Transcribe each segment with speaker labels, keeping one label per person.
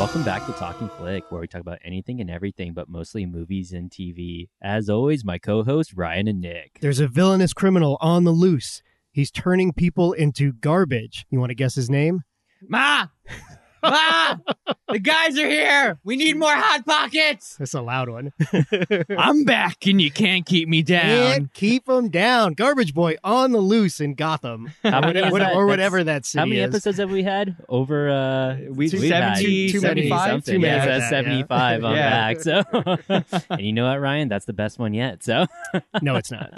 Speaker 1: Welcome back to Talking Flick, where we talk about anything and everything, but mostly movies and TV. As always, my co host, Ryan and Nick.
Speaker 2: There's a villainous criminal on the loose. He's turning people into garbage. You want to guess his name?
Speaker 3: Ma! Ma! the guys are here! We need more Hot Pockets!
Speaker 2: That's a loud one.
Speaker 3: I'm back and you can't keep me down.
Speaker 2: Can't keep him down. Garbage boy on the loose in Gotham,
Speaker 1: How many,
Speaker 2: What-
Speaker 1: is that?
Speaker 2: or
Speaker 1: That's-
Speaker 2: whatever that city
Speaker 1: how many
Speaker 2: is.
Speaker 1: episodes have we had? Over uh,
Speaker 4: We
Speaker 1: Too-
Speaker 4: we've had
Speaker 1: 70,
Speaker 2: too many.
Speaker 4: 75?
Speaker 1: something.
Speaker 2: Too many
Speaker 1: Yeah,
Speaker 2: like
Speaker 1: that's
Speaker 2: that,
Speaker 1: 75 on
Speaker 4: yeah.
Speaker 1: back. So, and you know what, Ryan? That's the best one yet. So,
Speaker 2: No, it's not.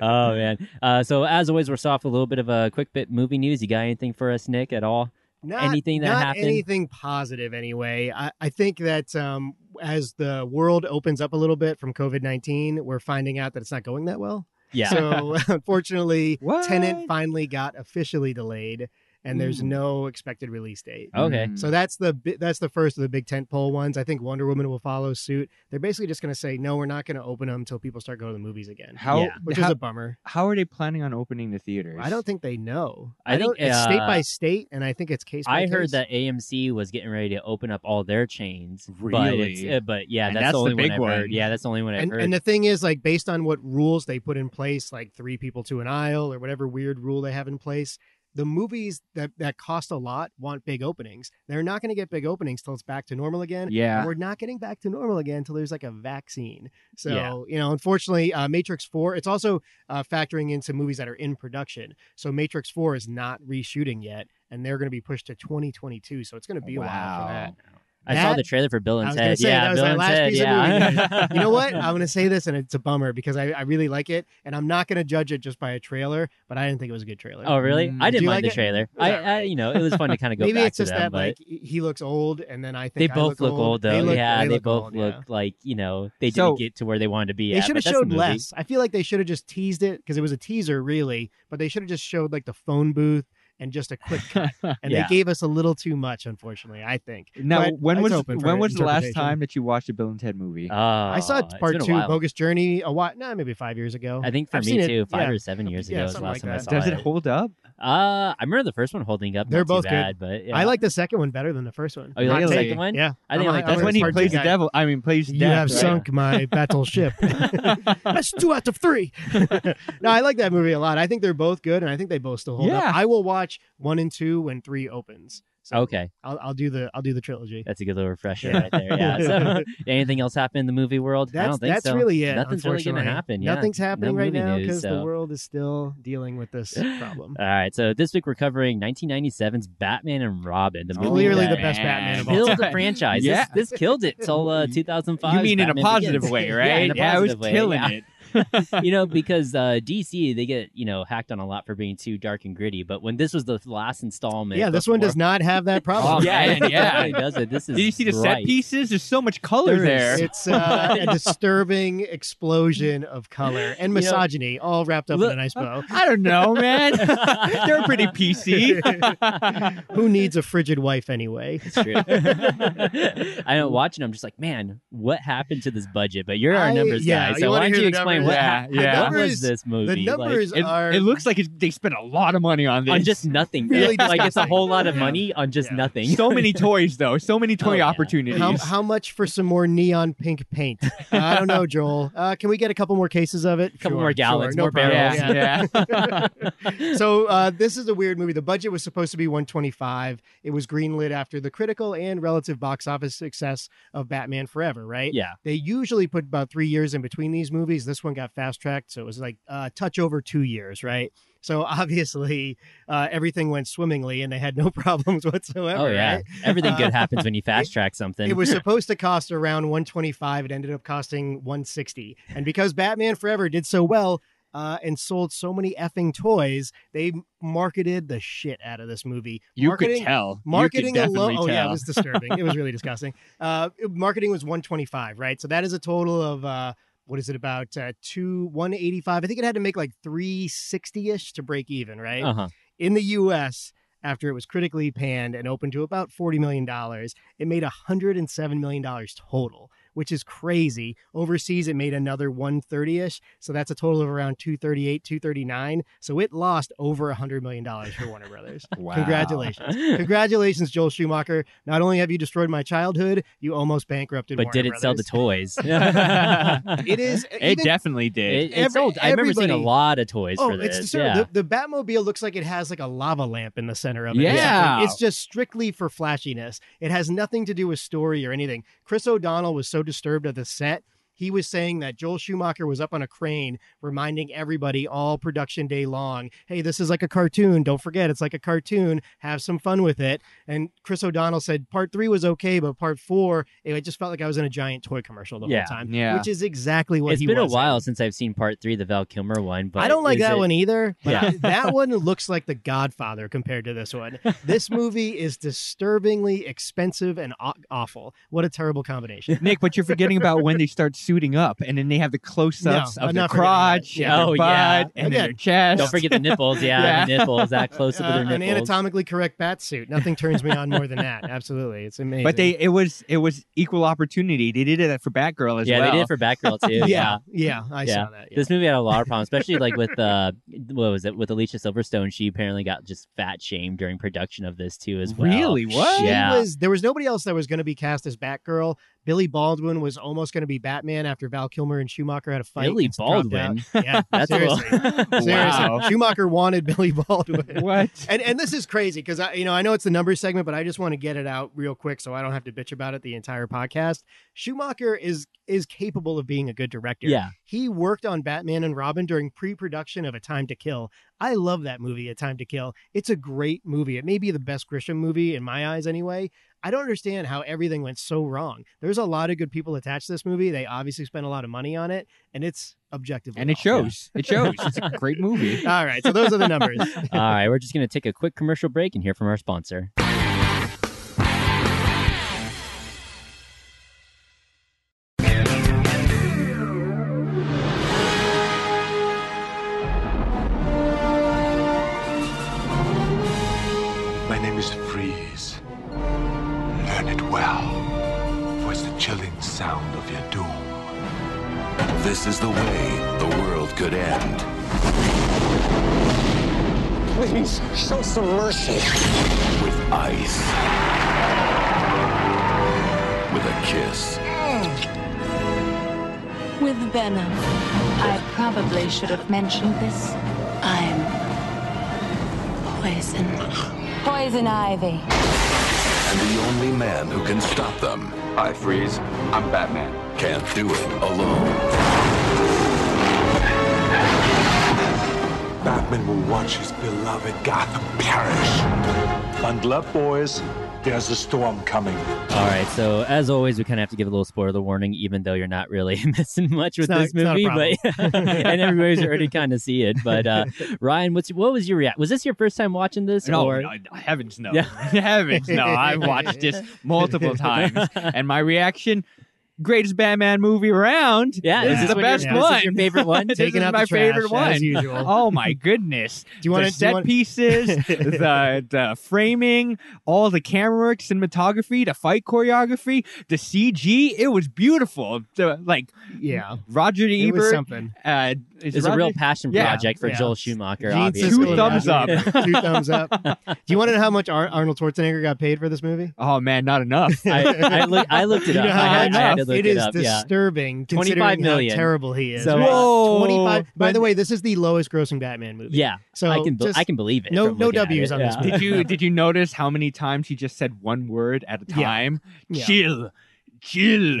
Speaker 1: oh man. Uh, so as always, we're soft. A little bit of a quick bit movie news. You got anything for us, Nick? At all?
Speaker 2: Not,
Speaker 1: Anything that
Speaker 2: not
Speaker 1: happened?
Speaker 2: Anything positive, anyway. I, I think that um, as the world opens up a little bit from COVID 19, we're finding out that it's not going that well.
Speaker 1: Yeah.
Speaker 2: So unfortunately,
Speaker 4: What?
Speaker 2: Tenant finally got officially delayed, and there's
Speaker 4: Ooh.
Speaker 1: Hmm.
Speaker 2: no expected release date.
Speaker 1: okay.
Speaker 2: So that's the bi- that's the first of the big tentpole ones. I think Wonder Woman will follow suit. They're basically just going to say no, we're not going to open them until people start going to the movies again,
Speaker 4: How
Speaker 1: Yeah.
Speaker 2: which
Speaker 4: how,
Speaker 2: is a bummer.
Speaker 4: how are they planning on opening the theaters?
Speaker 2: I don't think they know.
Speaker 1: I
Speaker 2: don't-
Speaker 1: think,
Speaker 2: it's state
Speaker 1: uh,
Speaker 2: by state, and I think it's case. By
Speaker 1: I heard
Speaker 2: case.
Speaker 1: that AMC was getting ready to open up all their chains. But, it's,
Speaker 4: Really?
Speaker 1: uh, but yeah,
Speaker 4: And
Speaker 1: that's,
Speaker 4: that's
Speaker 1: the
Speaker 4: the
Speaker 1: only
Speaker 4: big
Speaker 1: one I heard.
Speaker 4: one.
Speaker 1: Yeah, that's the only one I
Speaker 2: And,
Speaker 1: heard.
Speaker 2: and the thing is, like, based on what rules they put in place, like three people to an aisle or whatever weird rule they have in place, the movies that, that cost a lot want big openings. They're not going to get big openings till it's back to normal again. And
Speaker 4: Yeah.
Speaker 2: We're not getting back to normal again until there's like a vaccine. So,
Speaker 1: Yeah.
Speaker 2: you know, unfortunately, uh, Matrix 4, it's also uh, factoring into movies that are in production. So, Matrix 4 is not reshooting yet, and they're going to be pushed to 2022. So, it's going to be a while for
Speaker 4: Wow.
Speaker 2: that.
Speaker 1: I saw
Speaker 2: that-
Speaker 1: the trailer for Bill
Speaker 2: I
Speaker 1: and
Speaker 2: was gonna
Speaker 1: Ted.
Speaker 2: say,
Speaker 1: yeah,
Speaker 2: that was
Speaker 1: Bill
Speaker 2: my
Speaker 1: and
Speaker 2: last
Speaker 1: Ted.
Speaker 2: piece of
Speaker 1: yeah.
Speaker 2: You know what? I'm going to say this, and it's a bummer because I, I really like it, and I'm not going to judge it just by a trailer, but I didn't think it was a good trailer.
Speaker 1: Oh really?
Speaker 4: Mm.
Speaker 1: I
Speaker 2: Do
Speaker 1: didn't
Speaker 2: you
Speaker 1: mind the
Speaker 2: like it?
Speaker 1: trailer.
Speaker 2: all
Speaker 1: I,
Speaker 2: right.
Speaker 1: I, you know, it was fun to kind of go
Speaker 2: Maybe
Speaker 1: back
Speaker 2: it's just
Speaker 1: to them,
Speaker 2: that
Speaker 1: but
Speaker 2: like he looks old, and then I
Speaker 1: they
Speaker 2: think I
Speaker 1: both look, old though.
Speaker 2: They look-
Speaker 1: yeah, they,
Speaker 2: look
Speaker 1: both
Speaker 2: old,
Speaker 1: look
Speaker 2: yeah.
Speaker 1: like you know they
Speaker 4: So-
Speaker 1: didn't get to where they wanted to be.
Speaker 2: They
Speaker 1: at,
Speaker 2: should
Speaker 1: but
Speaker 2: have
Speaker 1: that's the
Speaker 2: showed
Speaker 1: movie.
Speaker 2: less. I feel like they should have just teased it because it was a teaser, really. But they should have just showed like the phone booth and just a quick cut, and
Speaker 1: Yeah.
Speaker 2: they gave us a little too much, unfortunately. I think.
Speaker 4: now,
Speaker 2: But
Speaker 4: when
Speaker 2: it's
Speaker 4: was
Speaker 2: open for
Speaker 4: when was the last
Speaker 2: interpretation. Uh,
Speaker 4: time that you watched a Bill and Ted movie?
Speaker 1: Oh,
Speaker 2: I saw
Speaker 1: it's
Speaker 2: part
Speaker 1: been a
Speaker 2: two,
Speaker 1: while.
Speaker 2: Bogus Journey, a while, no, maybe five years ago.
Speaker 1: I think for
Speaker 2: I've
Speaker 1: me
Speaker 2: seen it,
Speaker 1: too, five
Speaker 2: yeah.
Speaker 1: or seven years
Speaker 2: Yeah,
Speaker 1: ago was the
Speaker 2: something
Speaker 1: last
Speaker 2: like
Speaker 1: time I
Speaker 2: that.
Speaker 1: saw
Speaker 4: Does
Speaker 1: it.
Speaker 4: it hold up?
Speaker 1: Uh, I remember the first one holding up.
Speaker 2: They're
Speaker 1: not
Speaker 2: both
Speaker 1: too
Speaker 2: good.
Speaker 1: bad, but yeah.
Speaker 2: I like the second one better than the first one.
Speaker 1: Oh, you like the
Speaker 4: Really?
Speaker 1: second one?
Speaker 2: Yeah,
Speaker 1: I think
Speaker 2: I'm
Speaker 1: I
Speaker 2: a-
Speaker 1: like
Speaker 2: I'm
Speaker 1: that
Speaker 2: a
Speaker 4: That's when he
Speaker 2: Spartan
Speaker 4: plays the
Speaker 2: guy.
Speaker 4: devil. I mean, plays
Speaker 2: You
Speaker 4: death.
Speaker 2: have
Speaker 4: right?
Speaker 2: sunk my battleship. That's two out of three. no, I like that movie a lot. I think they're both good, and I think they both still hold
Speaker 4: Yeah.
Speaker 2: up. I will watch one and two when three opens. So
Speaker 1: Okay,
Speaker 2: I'll, I'll do the I'll do the trilogy.
Speaker 1: that's a good little refresher right there. Yeah. So, anything else happen in the movie world? I
Speaker 2: That's
Speaker 1: don't think
Speaker 2: that's
Speaker 1: so.
Speaker 2: really it.
Speaker 1: Nothing's really gonna
Speaker 2: unfortunately.
Speaker 1: happen, yeah.
Speaker 2: Nothing's happening
Speaker 1: No
Speaker 2: right
Speaker 1: movie
Speaker 2: now
Speaker 1: news,
Speaker 2: because
Speaker 1: so-
Speaker 2: the world is still dealing with this problem.
Speaker 1: All right. So this week we're covering 1997's Batman and Robin, the movie
Speaker 2: Clearly
Speaker 1: that
Speaker 2: the best Batman of all
Speaker 1: killed Oh, the
Speaker 4: time.
Speaker 1: franchise.
Speaker 4: Yeah.
Speaker 1: This, this killed it till uh, 2005.
Speaker 4: You mean in a
Speaker 1: Batman
Speaker 4: positive
Speaker 1: Begins.
Speaker 4: way,
Speaker 1: Yeah,
Speaker 4: right?
Speaker 1: in a
Speaker 4: I was
Speaker 1: positive way,
Speaker 4: killing
Speaker 1: yeah.
Speaker 4: it.
Speaker 1: you know, because uh, DC they get you know hacked on a lot for being too dark and gritty. But when this was the last installment,
Speaker 2: yeah, this one does not have that problem.
Speaker 4: Oh, yeah,
Speaker 1: man,
Speaker 4: man, yeah.
Speaker 1: it does it. This is
Speaker 4: Did you see the set
Speaker 1: bright.
Speaker 4: pieces? There's so much color
Speaker 1: There
Speaker 4: there.
Speaker 1: is.
Speaker 2: It's uh, a disturbing explosion of color and
Speaker 1: You know-
Speaker 2: misogyny, all wrapped up
Speaker 1: Look-
Speaker 2: in a nice bow.
Speaker 4: I don't know, man. They're pretty PC.
Speaker 2: Who needs a frigid wife anyway?
Speaker 1: It's true. I know. Watching, I'm just like, man, what happened to this budget? But you're our
Speaker 2: I-
Speaker 1: numbers
Speaker 2: yeah,
Speaker 1: guy,
Speaker 2: you
Speaker 1: so
Speaker 2: wanna
Speaker 1: why don't
Speaker 2: hear
Speaker 1: you
Speaker 2: the
Speaker 1: explain
Speaker 2: numbers?
Speaker 1: what,
Speaker 4: Yeah,
Speaker 1: hap-
Speaker 4: yeah.
Speaker 1: what was
Speaker 2: Numbers-
Speaker 1: this movie?
Speaker 2: the
Speaker 1: Like,
Speaker 2: numbers
Speaker 4: It,
Speaker 2: are
Speaker 4: it looks like it, they spent a lot of money on this.
Speaker 1: on just nothing.
Speaker 2: Really
Speaker 1: like it's a
Speaker 2: disgusting.
Speaker 1: whole lot of
Speaker 2: Yeah.
Speaker 1: money on just
Speaker 2: Yeah.
Speaker 1: nothing.
Speaker 4: so many toys, though. So many
Speaker 1: Oh,
Speaker 4: toy
Speaker 1: yeah.
Speaker 4: opportunities.
Speaker 2: How, how much for some more neon pink paint? Uh, I don't know, Joel. Uh, can we get a couple more cases of it? A
Speaker 1: Couple more gallons, more
Speaker 4: yeah,
Speaker 1: barrels.
Speaker 4: yeah.
Speaker 2: So uh, this is a weird movie. The budget was supposed to be 125. It was greenlit after the critical and relative box office success of Batman Forever, right?
Speaker 1: yeah.
Speaker 2: They usually put about three years in between these movies. This one got fast tracked, so it was like uh, touch over two years, right? So obviously uh, everything went swimmingly, and they had no problems whatsoever.
Speaker 1: Oh yeah.
Speaker 2: right?
Speaker 1: Everything good
Speaker 2: Uh,
Speaker 1: happens when you fast track something.
Speaker 2: It was supposed to cost around 125. It ended up costing 160. And because Batman Forever did so well uh, and sold so many effing toys, they marketed the shit out of this movie.
Speaker 4: You
Speaker 2: marketing,
Speaker 4: could tell.
Speaker 2: Marketing
Speaker 4: you could
Speaker 2: alone.
Speaker 4: definitely
Speaker 2: Oh yeah,
Speaker 4: tell.
Speaker 2: it was disturbing. it was really disgusting. Uh, it- marketing was 125, right? So that is a total of. Uh, what is it about uh, two 185 i think it had to make like 360ish to break even right
Speaker 1: Uh huh.
Speaker 2: in the US after it was critically panned and opened to about $40 million. It made $107 million total, which is crazy. Overseas, it made another 130 ish. So that's a total of around 238, 239. So it lost over $100 million for Warner Brothers.
Speaker 4: Wow.
Speaker 2: Congratulations. Congratulations, Joel Schumacher. Not only have you destroyed my childhood, you almost bankrupted
Speaker 1: but
Speaker 2: Warner
Speaker 1: did it sell the
Speaker 2: Brothers.
Speaker 1: toys?
Speaker 2: It is.
Speaker 4: It
Speaker 2: even-
Speaker 4: definitely did.
Speaker 1: It, it
Speaker 2: Every-
Speaker 1: sold. I remember seeing a
Speaker 2: everybody-
Speaker 1: lot of toys
Speaker 2: Oh,
Speaker 1: for this.
Speaker 2: it's disturbing. The, the Batmobile looks like it has like a lava lamp in the center of it. or
Speaker 4: Yeah.
Speaker 2: something. It's just strictly for flashiness. It has nothing to do with story or anything. Chris O'Donnell was so disturbed at the set. He was saying that Joel Schumacher was up on a crane reminding everybody all production day long, hey, this is like a cartoon. Don't forget, it's like a cartoon. Have some fun with it. And Chris O'Donnell said part three was okay, but part four, it just felt like I was in a giant toy commercial the
Speaker 1: Yeah.
Speaker 2: whole time.
Speaker 4: Yeah.
Speaker 2: Which is exactly what
Speaker 1: it's
Speaker 2: he
Speaker 1: been a
Speaker 2: was.
Speaker 1: while since I've seen part three, the Val Kilmer one. But
Speaker 2: I don't like
Speaker 1: is
Speaker 2: that
Speaker 1: it-
Speaker 2: one either. But
Speaker 1: Yeah.
Speaker 2: I- that one looks like The Godfather compared to this one. This movie is disturbingly expensive and aw- awful. What a terrible combination.
Speaker 4: Nick, but you're forgetting about when they start suiting up, and then they have the close-ups
Speaker 2: No,
Speaker 4: of
Speaker 2: I'm
Speaker 4: their
Speaker 2: not forgetting that.
Speaker 4: crotch,
Speaker 1: Yeah.
Speaker 4: and
Speaker 1: Oh,
Speaker 4: their
Speaker 1: yeah.
Speaker 4: butt, and then
Speaker 2: Again,
Speaker 4: their chest.
Speaker 1: Don't forget the nipples. Yeah, the
Speaker 4: Yeah.
Speaker 1: nipples. That close up
Speaker 2: Uh,
Speaker 1: to their
Speaker 2: an
Speaker 1: nipples.
Speaker 2: anatomically correct bat suit. Nothing turns me on more than that. Absolutely, it's amazing.
Speaker 4: But they, it was, it was equal opportunity. They did it for Batgirl as
Speaker 1: yeah,
Speaker 4: well.
Speaker 1: they did it for Batgirl too.
Speaker 2: yeah,
Speaker 1: yeah.
Speaker 2: yeah, I
Speaker 1: Yeah.
Speaker 2: saw that. yeah.
Speaker 1: This movie had a lot of problems, especially like with uh, what was it with Alicia Silverstone? She apparently got just fat shamed during production of this too, as well.
Speaker 4: Really? What?
Speaker 2: She
Speaker 1: Yeah.
Speaker 2: was, there was nobody else that was going to be cast as Batgirl. Billy Baldwin was almost going to be Batman after Val Kilmer and Schumacher had a fight.
Speaker 1: Billy
Speaker 2: and dropped
Speaker 1: Baldwin?
Speaker 2: out. Yeah,
Speaker 1: That's a little-
Speaker 2: seriously. seriously.
Speaker 4: Wow.
Speaker 2: Schumacher wanted Billy Baldwin.
Speaker 4: What?
Speaker 2: and and this is crazy because I you know I know it's the numbers segment, but I just want to get it out real quick so I don't have to bitch about it the entire podcast. Schumacher is is capable of being a good director.
Speaker 1: yeah.
Speaker 2: He worked on Batman and Robin during pre-production of A Time to Kill. I love that movie, A Time to Kill. It's a great movie. It may be the best Grisham movie in my eyes anyway. I don't understand how everything went so wrong. There's a lot of good people attached to this movie. They obviously spent a lot of money on it, and it's objectively
Speaker 4: And it
Speaker 2: awful.
Speaker 4: shows. It shows. It's a great movie.
Speaker 2: All right, so those are the numbers.
Speaker 1: All right, we're just gonna take a quick commercial break and hear from our sponsor.
Speaker 5: My name is Freeze. Learn it well, for it's the chilling sound of your doom.
Speaker 6: This is the way the world could end.
Speaker 7: Please show some mercy.
Speaker 6: With ice. With a kiss.
Speaker 8: With Venom. I probably should have mentioned this. I'm poison. Poison ivy.
Speaker 6: And the only man who can stop them
Speaker 9: I freeze. I'm Batman.
Speaker 6: can't do it alone.
Speaker 5: Batman will watch his beloved Gotham perish. Bundle up, boys. There's a storm coming.
Speaker 1: All right, so as always, we kind of have to give a little spoiler warning, even though you're not really missing much with
Speaker 2: not-
Speaker 1: this
Speaker 2: it's not a
Speaker 1: movie, but and everybody's already kind of see it. But uh, Ryan, what's what was your react? Was this your first time watching this?
Speaker 4: No,
Speaker 1: or
Speaker 4: no, heavens no,
Speaker 1: Yeah.
Speaker 4: heavens no. I've watched this multiple times, and my reaction: greatest Batman movie around.
Speaker 1: yeah,
Speaker 4: this
Speaker 2: Yeah.
Speaker 4: is the
Speaker 1: what your-
Speaker 4: best
Speaker 1: this
Speaker 4: one.
Speaker 1: is your favorite one.
Speaker 4: This
Speaker 2: Taking
Speaker 4: is
Speaker 2: out
Speaker 4: my
Speaker 2: the trash,
Speaker 4: favorite
Speaker 2: as
Speaker 4: one.
Speaker 2: usual.
Speaker 4: Oh my goodness!
Speaker 2: Do you want
Speaker 4: the
Speaker 2: to? Do
Speaker 4: set
Speaker 2: you want,
Speaker 4: pieces, the, the framing, all the camera work, cinematography, the fight choreography, the CG. It was beautiful. The, like
Speaker 2: yeah,
Speaker 4: Roger
Speaker 2: it was
Speaker 4: Ebert.
Speaker 2: something.
Speaker 4: uh, is
Speaker 1: It's a
Speaker 4: Roger-
Speaker 1: real passion
Speaker 4: Yeah,
Speaker 1: project for
Speaker 2: yeah.
Speaker 1: Joel Schumacher.
Speaker 2: Gene
Speaker 1: obviously.
Speaker 2: Siskel,
Speaker 4: Two
Speaker 2: yeah.
Speaker 4: thumbs up.
Speaker 2: Two thumbs up. Do you want to know how much Ar- Arnold Schwarzenegger got paid for this movie?
Speaker 4: Oh man, not enough.
Speaker 1: I, I, look, I looked it
Speaker 2: You
Speaker 1: up.
Speaker 2: know
Speaker 1: I
Speaker 2: how
Speaker 1: had, I had to
Speaker 2: enough?
Speaker 1: look
Speaker 2: It
Speaker 1: it,
Speaker 2: is
Speaker 1: up. Yeah.
Speaker 2: disturbing.
Speaker 1: 25
Speaker 2: considering how
Speaker 1: million.
Speaker 2: terrible he is.
Speaker 1: So,
Speaker 2: right?
Speaker 4: Whoa.
Speaker 2: 25 By
Speaker 4: But-
Speaker 2: the way, this is the lowest grossing Batman movie.
Speaker 1: Yeah,
Speaker 2: So
Speaker 1: I can be-
Speaker 2: just-
Speaker 1: I can believe it.
Speaker 2: no-
Speaker 1: from
Speaker 2: no
Speaker 1: looking at
Speaker 2: W's
Speaker 1: it,
Speaker 2: on this
Speaker 1: yeah.
Speaker 2: one.
Speaker 4: Did you did you notice how many times he just said one word at a
Speaker 2: Yeah.
Speaker 4: time?
Speaker 2: Yeah.
Speaker 4: Chill, chill.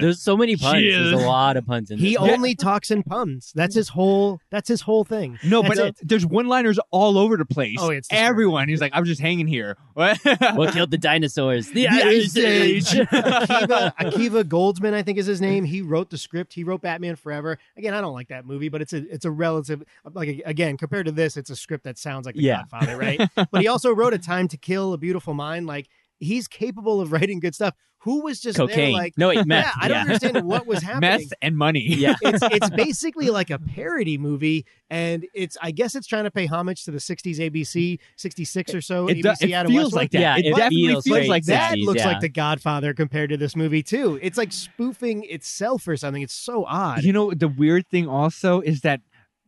Speaker 1: There's so many puns. There's a
Speaker 4: Chill.
Speaker 1: lot of puns in
Speaker 2: He
Speaker 1: this.
Speaker 2: only talks in puns. That's his whole. That's his whole thing.
Speaker 4: no, but
Speaker 2: That's
Speaker 4: it- there's one-liners all over the place.
Speaker 2: Oh, it's disturbing.
Speaker 4: everyone. He's like, I'm just hanging here. What?
Speaker 1: What killed the dinosaurs? The,
Speaker 4: The
Speaker 1: Ice
Speaker 4: Ice
Speaker 1: Age.
Speaker 4: Age.
Speaker 2: Akiva, Akiva Goldsman, I think is his name. He wrote the script. He wrote Batman Forever. Again, I don't like that movie, but it's a it's a relative like again compared to this, it's a script that sounds like The
Speaker 1: Yeah.
Speaker 2: Godfather, right? but he also wrote A Time to Kill, A Beautiful Mind. Like he's capable of writing good stuff. Who was just there
Speaker 1: Cocaine.
Speaker 2: like,
Speaker 1: no, wait, meth.
Speaker 2: yeah, I don't understand what was happening.
Speaker 4: Meth and money.
Speaker 1: Yeah.
Speaker 2: it's it's basically like a parody movie, and it's I guess it's trying to pay homage to the '60s ABC, '66 or so.
Speaker 4: It, do-
Speaker 2: ABC
Speaker 4: it
Speaker 2: out of
Speaker 4: feels
Speaker 2: Westwood.
Speaker 4: like that.
Speaker 1: Yeah,
Speaker 4: it,
Speaker 1: it
Speaker 4: definitely feels,
Speaker 1: feels great.
Speaker 4: like that.
Speaker 2: that
Speaker 1: 60s,
Speaker 2: looks
Speaker 1: yeah.
Speaker 2: like The Godfather compared to this movie too. It's like spoofing itself or something. It's so odd.
Speaker 4: You know, the weird thing also is that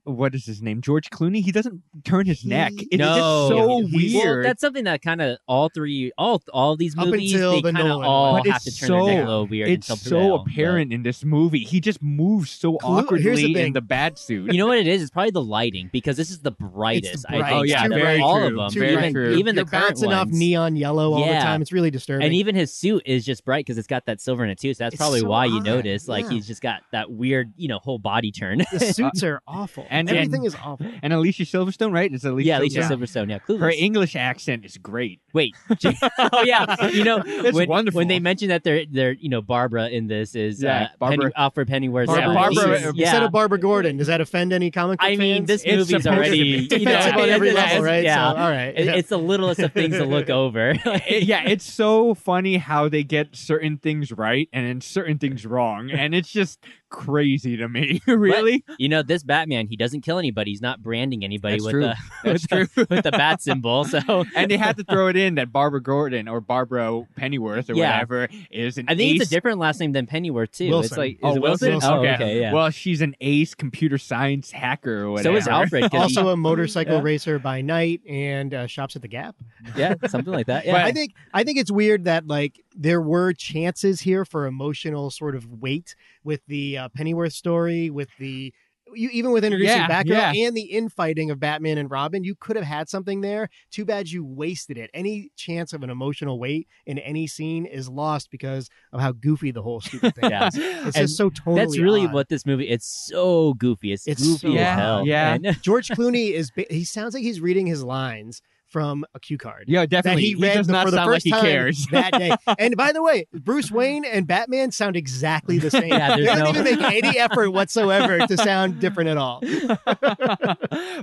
Speaker 4: what is his name? George Clooney. He doesn't turn his neck.
Speaker 2: He-
Speaker 4: It's
Speaker 1: No.
Speaker 4: just so
Speaker 2: He's-
Speaker 1: Well,
Speaker 4: weird.
Speaker 1: that's something that kind of all three, all all these
Speaker 2: Up
Speaker 1: movies,
Speaker 2: until
Speaker 1: they
Speaker 2: the
Speaker 1: kind of
Speaker 2: Nolan
Speaker 1: all
Speaker 4: one. But
Speaker 1: have to
Speaker 4: it's
Speaker 1: turn their neck
Speaker 4: so-
Speaker 1: a little weird.
Speaker 4: it's
Speaker 1: until
Speaker 4: so
Speaker 1: Prevail, but-
Speaker 4: apparent in this movie. He just moves so
Speaker 2: Clo- here's the
Speaker 4: awkwardly in
Speaker 2: thing.
Speaker 4: the bad suit.
Speaker 1: You know what it is? It's probably the lighting because this is the brightest. I
Speaker 2: brightest.
Speaker 1: think,
Speaker 2: Oh, yeah,
Speaker 1: out of
Speaker 2: very
Speaker 1: all
Speaker 4: true.
Speaker 1: of them.
Speaker 4: Too Very
Speaker 1: even
Speaker 4: true.
Speaker 1: even
Speaker 2: You're
Speaker 1: the current
Speaker 2: bouncing off
Speaker 1: ones.
Speaker 2: neon yellow all the
Speaker 1: Yeah.
Speaker 2: time. It's really disturbing.
Speaker 1: and even his suit is just bright because it's got that silver in it too. So that's
Speaker 2: It's
Speaker 1: probably
Speaker 2: so
Speaker 1: why you
Speaker 2: odd,
Speaker 1: notice. Like
Speaker 2: yeah.
Speaker 1: he's just got that weird, you know, whole body turn.
Speaker 2: the suits are awful.
Speaker 4: and-
Speaker 2: everything is awful.
Speaker 4: and Alicia Silverstone, right? It's Alicia.
Speaker 1: yeah, at least
Speaker 4: Silverstone.
Speaker 1: yeah. Silverstone. Yeah, clueless.
Speaker 4: Her English accent is great.
Speaker 1: Wait, oh yeah, you know
Speaker 4: It's
Speaker 1: when,
Speaker 4: wonderful.
Speaker 1: when they mention that they're they're you know Barbara in this is
Speaker 4: Yeah,
Speaker 1: uh, Penny,
Speaker 4: Barbara-
Speaker 1: Alfred Pennyworth.
Speaker 4: Barbara Barbara- uh,
Speaker 1: yeah.
Speaker 2: instead of Barbara Gordon, does that offend any comic? book
Speaker 1: I mean,
Speaker 2: fans?
Speaker 1: this
Speaker 4: It's
Speaker 1: movie's
Speaker 4: supposed to
Speaker 1: already
Speaker 4: be
Speaker 1: you know,
Speaker 2: defensive on
Speaker 1: it-
Speaker 2: every
Speaker 1: it-
Speaker 2: level,
Speaker 1: it's-
Speaker 2: right?
Speaker 1: Yeah,
Speaker 2: So, all right.
Speaker 1: It-
Speaker 2: Yeah.
Speaker 1: it's the littlest of things to look over.
Speaker 4: It- yeah, it's so funny how they get certain things right and then certain things wrong, and it's just crazy to me. really,
Speaker 1: You know, this Batman, he doesn't kill anybody. He's not branding anybody
Speaker 4: That's
Speaker 1: with
Speaker 4: true.
Speaker 1: the
Speaker 4: that's
Speaker 1: with, the-
Speaker 4: true.
Speaker 1: with the bat symbol. So
Speaker 4: and they had to throw it in that Barbara Gordon or Barbara Pennyworth or
Speaker 1: Yeah.
Speaker 4: whatever is an
Speaker 1: I think
Speaker 4: ace.
Speaker 1: it's a different last name than Pennyworth too.
Speaker 2: Wilson.
Speaker 1: It's like is
Speaker 4: Oh,
Speaker 1: it Wilson?
Speaker 4: Wilson?
Speaker 1: Oh,
Speaker 4: Okay.
Speaker 1: okay, yeah.
Speaker 4: Well, she's an ace computer science hacker or
Speaker 1: so
Speaker 4: whatever.
Speaker 1: is Alfred. 'cause
Speaker 2: also a motorcycle
Speaker 1: Yeah.
Speaker 2: racer by night and uh, shops at the Gap.
Speaker 1: he- yeah, something like that. Yeah.
Speaker 4: But-
Speaker 2: I think I think it's weird that like there were chances here for emotional sort of weight with the uh, Pennyworth story, with the you even with introducing
Speaker 4: Yeah,
Speaker 2: Batgirl and the infighting of Batman and Robin, you could have had something there. Too bad you wasted it. Any chance of an emotional weight in any scene is lost because of how goofy the whole stupid thing
Speaker 1: Yeah.
Speaker 2: is. It's
Speaker 1: And
Speaker 2: just so totally.
Speaker 1: That's really
Speaker 2: odd.
Speaker 1: what this movie. It's so goofy. It's,
Speaker 2: It's
Speaker 1: goofy
Speaker 2: so
Speaker 1: as
Speaker 4: odd.
Speaker 1: hell.
Speaker 4: Yeah.
Speaker 1: And-
Speaker 2: George Clooney is. ba- He sounds like he's reading his lines from a cue card.
Speaker 4: Yeah, definitely.
Speaker 2: that he read
Speaker 4: does
Speaker 2: the-
Speaker 4: not
Speaker 2: for the
Speaker 4: sound like
Speaker 2: first
Speaker 4: he
Speaker 2: time
Speaker 4: cares.
Speaker 2: that day. And by the way, Bruce Wayne and Batman sound exactly the same.
Speaker 1: Yeah,
Speaker 2: they
Speaker 1: there's
Speaker 2: don't
Speaker 1: no-
Speaker 2: even make any effort whatsoever to sound different at all.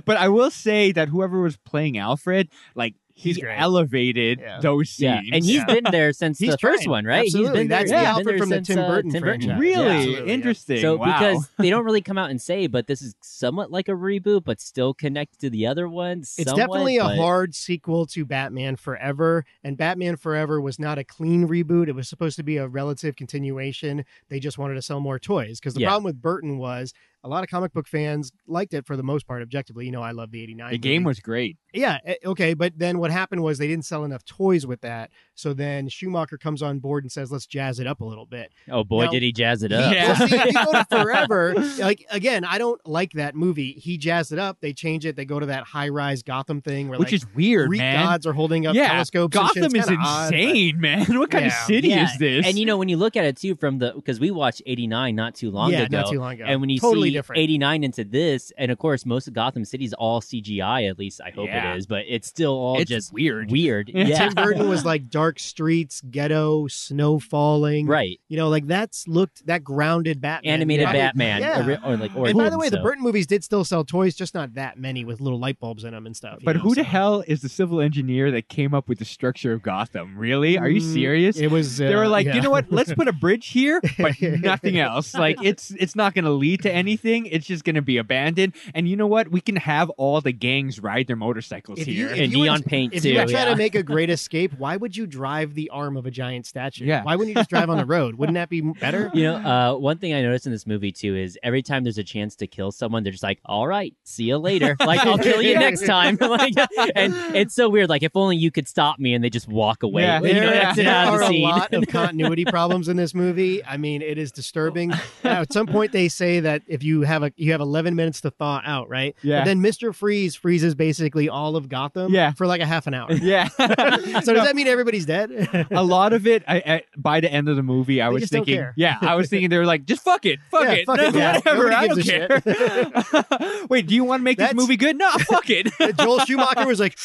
Speaker 4: but I will say that whoever was playing Alfred, like he
Speaker 2: He's great.
Speaker 4: elevated
Speaker 2: Yeah.
Speaker 4: those scenes.
Speaker 1: yeah, and he's
Speaker 2: Yeah.
Speaker 1: been there since
Speaker 2: He's
Speaker 1: the first
Speaker 2: trying.
Speaker 1: one, right?
Speaker 2: Absolutely.
Speaker 1: He's been there.
Speaker 2: That's
Speaker 1: yeah,
Speaker 2: the
Speaker 1: he's been
Speaker 2: Alfred
Speaker 1: there
Speaker 2: from the
Speaker 1: since,
Speaker 2: Tim
Speaker 1: uh,
Speaker 2: Burton
Speaker 1: Tim
Speaker 2: franchise.
Speaker 4: really
Speaker 1: Yeah.
Speaker 2: Absolutely, yeah.
Speaker 4: interesting.
Speaker 1: So
Speaker 4: wow.
Speaker 1: because they don't really come out and say, but this is somewhat like a reboot, but still connected to the other one.
Speaker 2: It's
Speaker 1: somewhat,
Speaker 2: definitely a
Speaker 1: but-
Speaker 2: hard sequel to Batman Forever, and Batman Forever was not a clean reboot. It was supposed to be a relative continuation. They just wanted to sell more toys because the
Speaker 1: Yeah.
Speaker 2: problem with Burton was a lot of comic book fans liked it for the most part. Objectively, you know, I love the '89.
Speaker 4: the game was great.
Speaker 2: Yeah, eh, okay, but then what happened was they didn't sell enough toys with that. So then Schumacher comes on board and says, "Let's jazz it up a little bit."
Speaker 1: Oh boy,
Speaker 2: Now-
Speaker 1: did he jazz it
Speaker 4: Yeah.
Speaker 1: up!
Speaker 2: Well, see, if you go to Forever, like again, I don't like that movie. He jazzed it up. They change it. They go to that high-rise Gotham thing where
Speaker 4: Which
Speaker 2: like
Speaker 4: is weird,
Speaker 2: Greek
Speaker 4: man.
Speaker 2: gods are holding up
Speaker 4: yeah,
Speaker 2: telescopes. and shit.
Speaker 4: Gotham
Speaker 2: It's
Speaker 4: is insane,
Speaker 2: kinda odd, but-
Speaker 4: man. What kind of
Speaker 2: Yeah.
Speaker 4: city
Speaker 1: Yeah,
Speaker 4: is this?
Speaker 1: And you know, when you look at it too from the because we watched '89 not too long
Speaker 2: yeah,
Speaker 1: ago,
Speaker 2: not too long ago.
Speaker 1: and when you
Speaker 2: totally
Speaker 1: see
Speaker 2: different.
Speaker 1: 89 into this, and of course most of Gotham City's all CGI. At least I hope
Speaker 4: Yeah.
Speaker 1: it is, but it's still all
Speaker 4: it's
Speaker 1: just
Speaker 4: weird.
Speaker 1: weird.
Speaker 4: Yeah.
Speaker 1: yeah,
Speaker 2: Tim Burton was like dark streets, ghetto, snow falling.
Speaker 1: right.
Speaker 2: You know, like that's looked that grounded Batman.
Speaker 1: Animated
Speaker 2: Yeah.
Speaker 1: Batman,
Speaker 2: Yeah.
Speaker 1: or, or like, or
Speaker 2: and by the way, the Burton movies did still sell toys, just not that many with little light bulbs in them and stuff. you
Speaker 4: But
Speaker 2: know,
Speaker 4: who the
Speaker 2: so-
Speaker 4: hell is the civil engineer that came up with the structure of Gotham? Really? Are you
Speaker 2: Mm,
Speaker 4: serious?
Speaker 2: It was.
Speaker 4: they
Speaker 2: uh,
Speaker 4: were like,
Speaker 2: yeah.
Speaker 4: you know what? Let's put a bridge here, but nothing else. Like it's it's not going to lead to anything. It's just going to be abandoned. And you know what? We can have all the gangs ride their motorcycles
Speaker 2: If
Speaker 4: here.
Speaker 2: you-
Speaker 1: and
Speaker 2: were
Speaker 1: neon
Speaker 2: to-
Speaker 1: paint
Speaker 2: If
Speaker 1: too.
Speaker 2: you were trying
Speaker 1: yeah.
Speaker 2: to make a great escape, why would you drive the arm of a giant statue?
Speaker 4: Yeah.
Speaker 2: Why wouldn't you just drive on the road? Wouldn't that be better?
Speaker 1: you know, uh, one thing I noticed in this movie too is every time there's a chance to kill someone, they're just like, "All right, see you later. Like I'll kill you next time." like, and it's so weird. Like if only you could stop me, and they just walk away.
Speaker 4: Yeah.
Speaker 1: you know,
Speaker 2: There,
Speaker 1: exit
Speaker 2: there
Speaker 1: out of
Speaker 2: are
Speaker 1: the
Speaker 2: a
Speaker 1: scene.
Speaker 2: lot of continuity problems in this movie. I mean, it is disturbing. Now, at some point, they say that if you have a you have 11 minutes to thaw out, right?
Speaker 4: Yeah.
Speaker 2: But then Mister Freeze freezes basically all of Gotham.
Speaker 4: Yeah.
Speaker 2: For like a half an hour.
Speaker 4: yeah.
Speaker 2: So does that mean everybody's dead?
Speaker 4: a lot of it, I, I, by the end of the movie, I
Speaker 2: They
Speaker 4: was
Speaker 2: just don't
Speaker 4: thinking,
Speaker 2: care.
Speaker 4: yeah, I was thinking they were like, just fuck it, fuck
Speaker 2: Yeah,
Speaker 4: it,
Speaker 2: fuck it, yeah.
Speaker 4: whatever, I don't
Speaker 2: Nobody
Speaker 4: care.
Speaker 2: gives
Speaker 4: Wait, do you want to make
Speaker 2: That's-
Speaker 4: this movie good? No, fuck it.
Speaker 2: Joel Schumacher was like,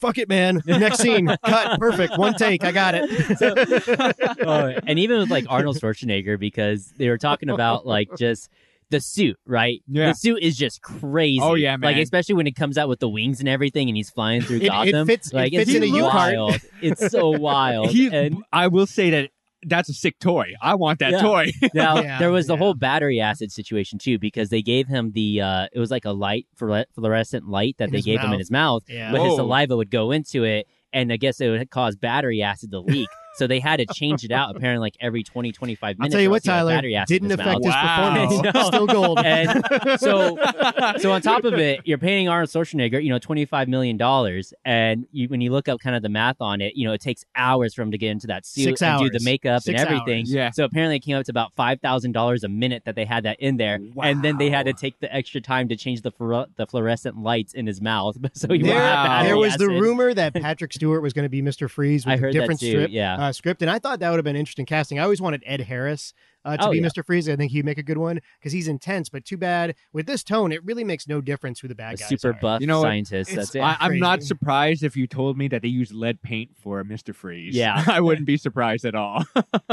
Speaker 2: "Fuck it, man. Next scene, cut, perfect, one take. I got it."
Speaker 1: Oh, and even with like Arnold Schwarzenegger, because they were talking about like just the suit, right?
Speaker 4: Yeah.
Speaker 1: The suit is just crazy.
Speaker 4: Oh, yeah,
Speaker 1: Like
Speaker 4: man.
Speaker 1: especially when it comes out with the wings and everything, and he's flying through
Speaker 2: It- it
Speaker 1: Gotham.
Speaker 2: fits- it
Speaker 1: like
Speaker 2: fits
Speaker 1: it's
Speaker 2: in a U-cart.
Speaker 1: wild. It's so wild.
Speaker 4: He,
Speaker 1: and
Speaker 4: I will say that that's a sick toy. I want that
Speaker 1: Yeah.
Speaker 4: toy.
Speaker 1: now
Speaker 2: Yeah,
Speaker 1: there was the
Speaker 2: yeah.
Speaker 1: whole battery acid situation too, because they gave him the uh, it was like a light fluore- fluorescent light that
Speaker 2: In
Speaker 1: they
Speaker 2: his
Speaker 1: gave him
Speaker 2: mouth. Oh.
Speaker 1: in his mouth,
Speaker 2: Yeah.
Speaker 1: but his
Speaker 4: Whoa.
Speaker 1: saliva would go into it, and I guess it would cause battery acid to leak. So they had to change it out apparently like every 20, 25
Speaker 2: I'll
Speaker 1: minutes.
Speaker 2: tell you
Speaker 1: or
Speaker 2: what,
Speaker 1: else he had
Speaker 2: Tyler,
Speaker 1: battery acid in
Speaker 2: didn't
Speaker 1: his mouth.
Speaker 2: affect his
Speaker 4: Wow.
Speaker 2: performance.
Speaker 1: No.
Speaker 2: Still gold.
Speaker 1: And so, so on top of it, you're paying Arnold Schwarzenegger, you know, twenty five million dollars, and you, when you look up kind of the math on it, you know, it takes hours for him to get into that suit
Speaker 2: Six
Speaker 1: and do
Speaker 2: hours.
Speaker 1: the makeup
Speaker 2: Six
Speaker 1: and everything.
Speaker 2: hours.
Speaker 4: Yeah.
Speaker 1: So apparently, it came up to about five thousand dollars a minute that they had that in there, and then they had to take the extra time to change the fluor- the fluorescent lights in his mouth, so he wouldn't
Speaker 2: there,
Speaker 1: have battery
Speaker 2: there was the
Speaker 1: acid.
Speaker 2: rumor that Patrick Stewart was going to be Mr. Freeze with
Speaker 1: I
Speaker 2: a
Speaker 1: heard that
Speaker 2: different
Speaker 1: too,
Speaker 2: strip,
Speaker 1: yeah.
Speaker 2: uh, script, and I thought that would have been interesting casting. I always wanted Ed Harris uh, to
Speaker 1: Oh,
Speaker 2: be
Speaker 1: yeah.
Speaker 2: Mr. Freeze. I think he'd make a good one because he's intense. But too bad with this tone, it really makes no difference who the bad
Speaker 1: A
Speaker 2: guys
Speaker 1: super
Speaker 2: are.
Speaker 1: buff
Speaker 4: You know what?
Speaker 1: scientist. That's it.
Speaker 4: I, I'm not
Speaker 2: Crazy.
Speaker 4: surprised if you told me that they use lead paint for Mister Freeze.
Speaker 1: Yeah.
Speaker 4: I wouldn't be surprised at all.